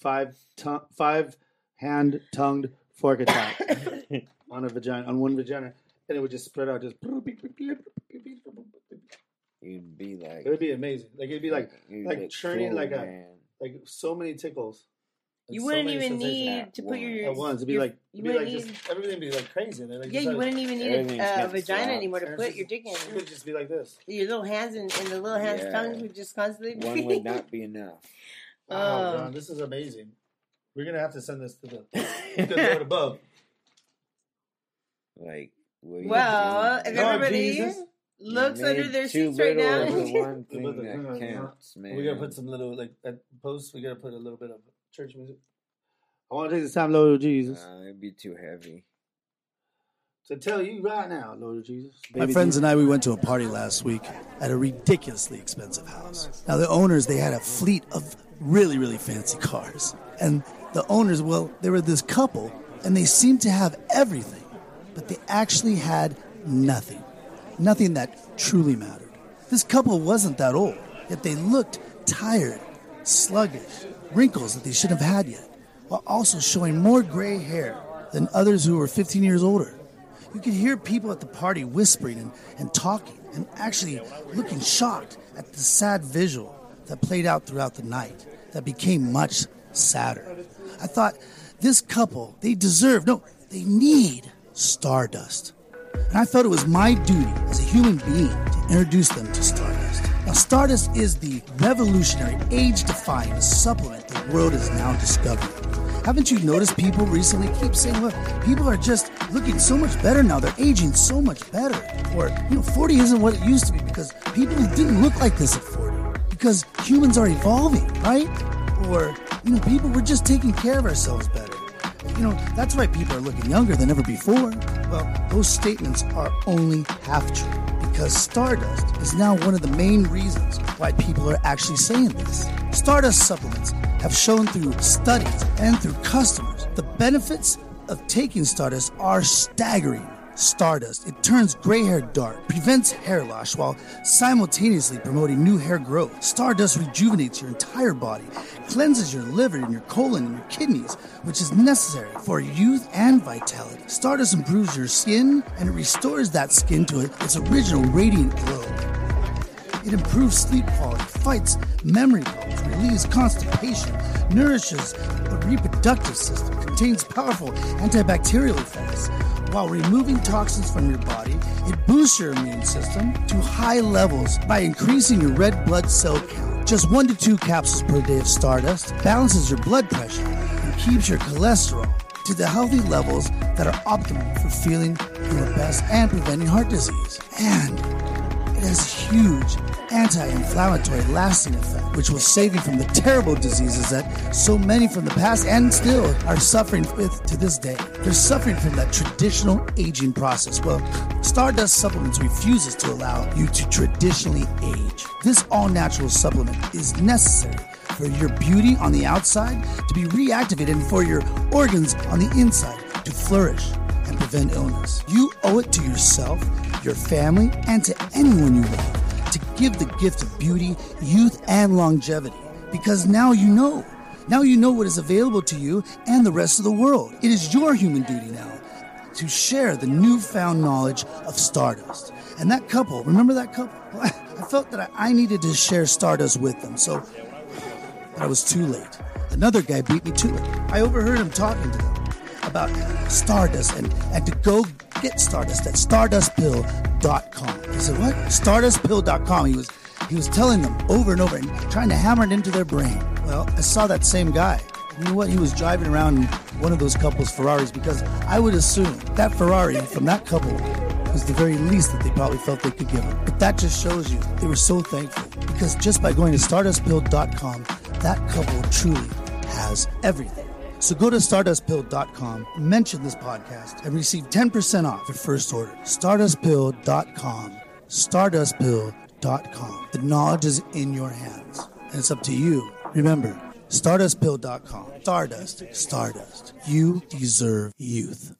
five tongue, five hand tongued fork attack on a vagina on one vagina, and it would just spread out. Just it
You'd be like,
would be amazing. Like it'd be like
you'd
like
look
churning like a-
man.
like so many tickles. and
You
so
wouldn't
many
even
sensations
need to put
At
your
at once. It'd be
your-
like
you
it'd be like
wouldn't
just
need-
everything would be like crazy. They're Like
yeah,
just
you
like-
wouldn't even need
everything's
a, a
getting
vagina
slapped.
anymore to
and
put
it's
your
just-
dick
It
in.
would just be like this.
Your little hands and, and the little hands'
Yeah.
tongues would just constantly be.
One would not be enough.
Wow,
Oh.
John, this is amazing. We're gonna have to send this to the to the Lord above.
like, what you
well, if
doing?
No, I'm
everybody
Jesus.
You
looks
made
under their
too
seats right
little of the
now.
one thing that counts, man.
We gotta put some little like at post. We gotta put a little bit of church music. I want to take this time, Lord Jesus,
Uh, it'd be too heavy.
to tell you right now, Lord Jesus.
My friends and I, we went to a party last week at a ridiculously expensive house. Now, the owners, they had a fleet of really, really fancy cars. And the owners, well, they were this couple, and they seemed to have everything, but they actually had nothing. Nothing that truly mattered. This couple wasn't that old, yet they looked tired, sluggish, wrinkles that they shouldn't have had yet, while also showing more gray hair than others who were 15 years older. You could hear people at the party whispering and, and talking and actually looking shocked at the sad visual that played out throughout the night that became much sadder. I thought this couple, they deserve, no, they need Stardust. And I felt it was my duty as a human being to introduce them to Stardust. Now, Stardust is the revolutionary, age defying supplement the world is now discovering. Haven't you noticed people recently keep saying, look, people are just looking so much better now. They're aging so much better. Or, you know, 40 isn't what it used to be because people didn't look like this at 40 because humans are evolving, right? Or, you know, people, we're just taking care of ourselves better. You know, that's why people are looking younger than ever before. Well, those statements are only half true because Stardust is now one of the main reasons why people are actually saying this. Stardust supplements have shown through studies and through customers the benefits of taking Stardust are staggering. Stardust, it turns gray hair dark, prevents hair loss while simultaneously promoting new hair growth. Stardust rejuvenates your entire body, cleanses your liver and your colon and your kidneys, which is necessary for youth and vitality. Stardust improves your skin and it restores that skin to its original radiant glow. It improves sleep quality, fights memory problems, relieves constipation, nourishes the reproductive system, contains powerful antibacterial effects. While removing toxins from your body, it boosts your immune system to high levels by increasing your red blood cell count. Just one to two capsules per day of Stardust balances your blood pressure and keeps your cholesterol to the healthy levels that are optimal for feeling your best and preventing heart disease. And it has huge anti-inflammatory lasting effect, which will save you from the terrible diseases that so many from the past and still are suffering with to this day. They're suffering from that traditional aging process. Well, Stardust Supplements refuses to allow you to traditionally age. This all-natural supplement is necessary for your beauty on the outside to be reactivated and for your organs on the inside to flourish and prevent illness. You owe it to yourself, your family, and to anyone you love to give the gift of beauty, youth, and longevity. Because now you know. Now you know what is available to you and the rest of the world. It is your human duty now to share the newfound knowledge of Stardust. And that couple, remember that couple? Well, I felt that I I needed to share Stardust with them. So but I was too late. Another guy beat me to it. I overheard him talking to them about Stardust and, and to go get Stardust at stardustpill.com. He said, What? Stardustpill.com. He was he was telling them over and over and trying to hammer it into their brain. Well, I saw that same guy. You know what? He was driving around in one of those couples' Ferraris because I would assume that Ferrari from that couple was the very least that they probably felt they could give him. But that just shows you they were so thankful because just by going to stardustpill.com, that couple truly has everything. So go to stardustpill.com, mention this podcast, and receive 10% off your first order. Stardustpill.com, stardustpill.com. The knowledge is in your hands, and it's up to you. Remember, stardustpill.com, stardust, stardust. You deserve youth.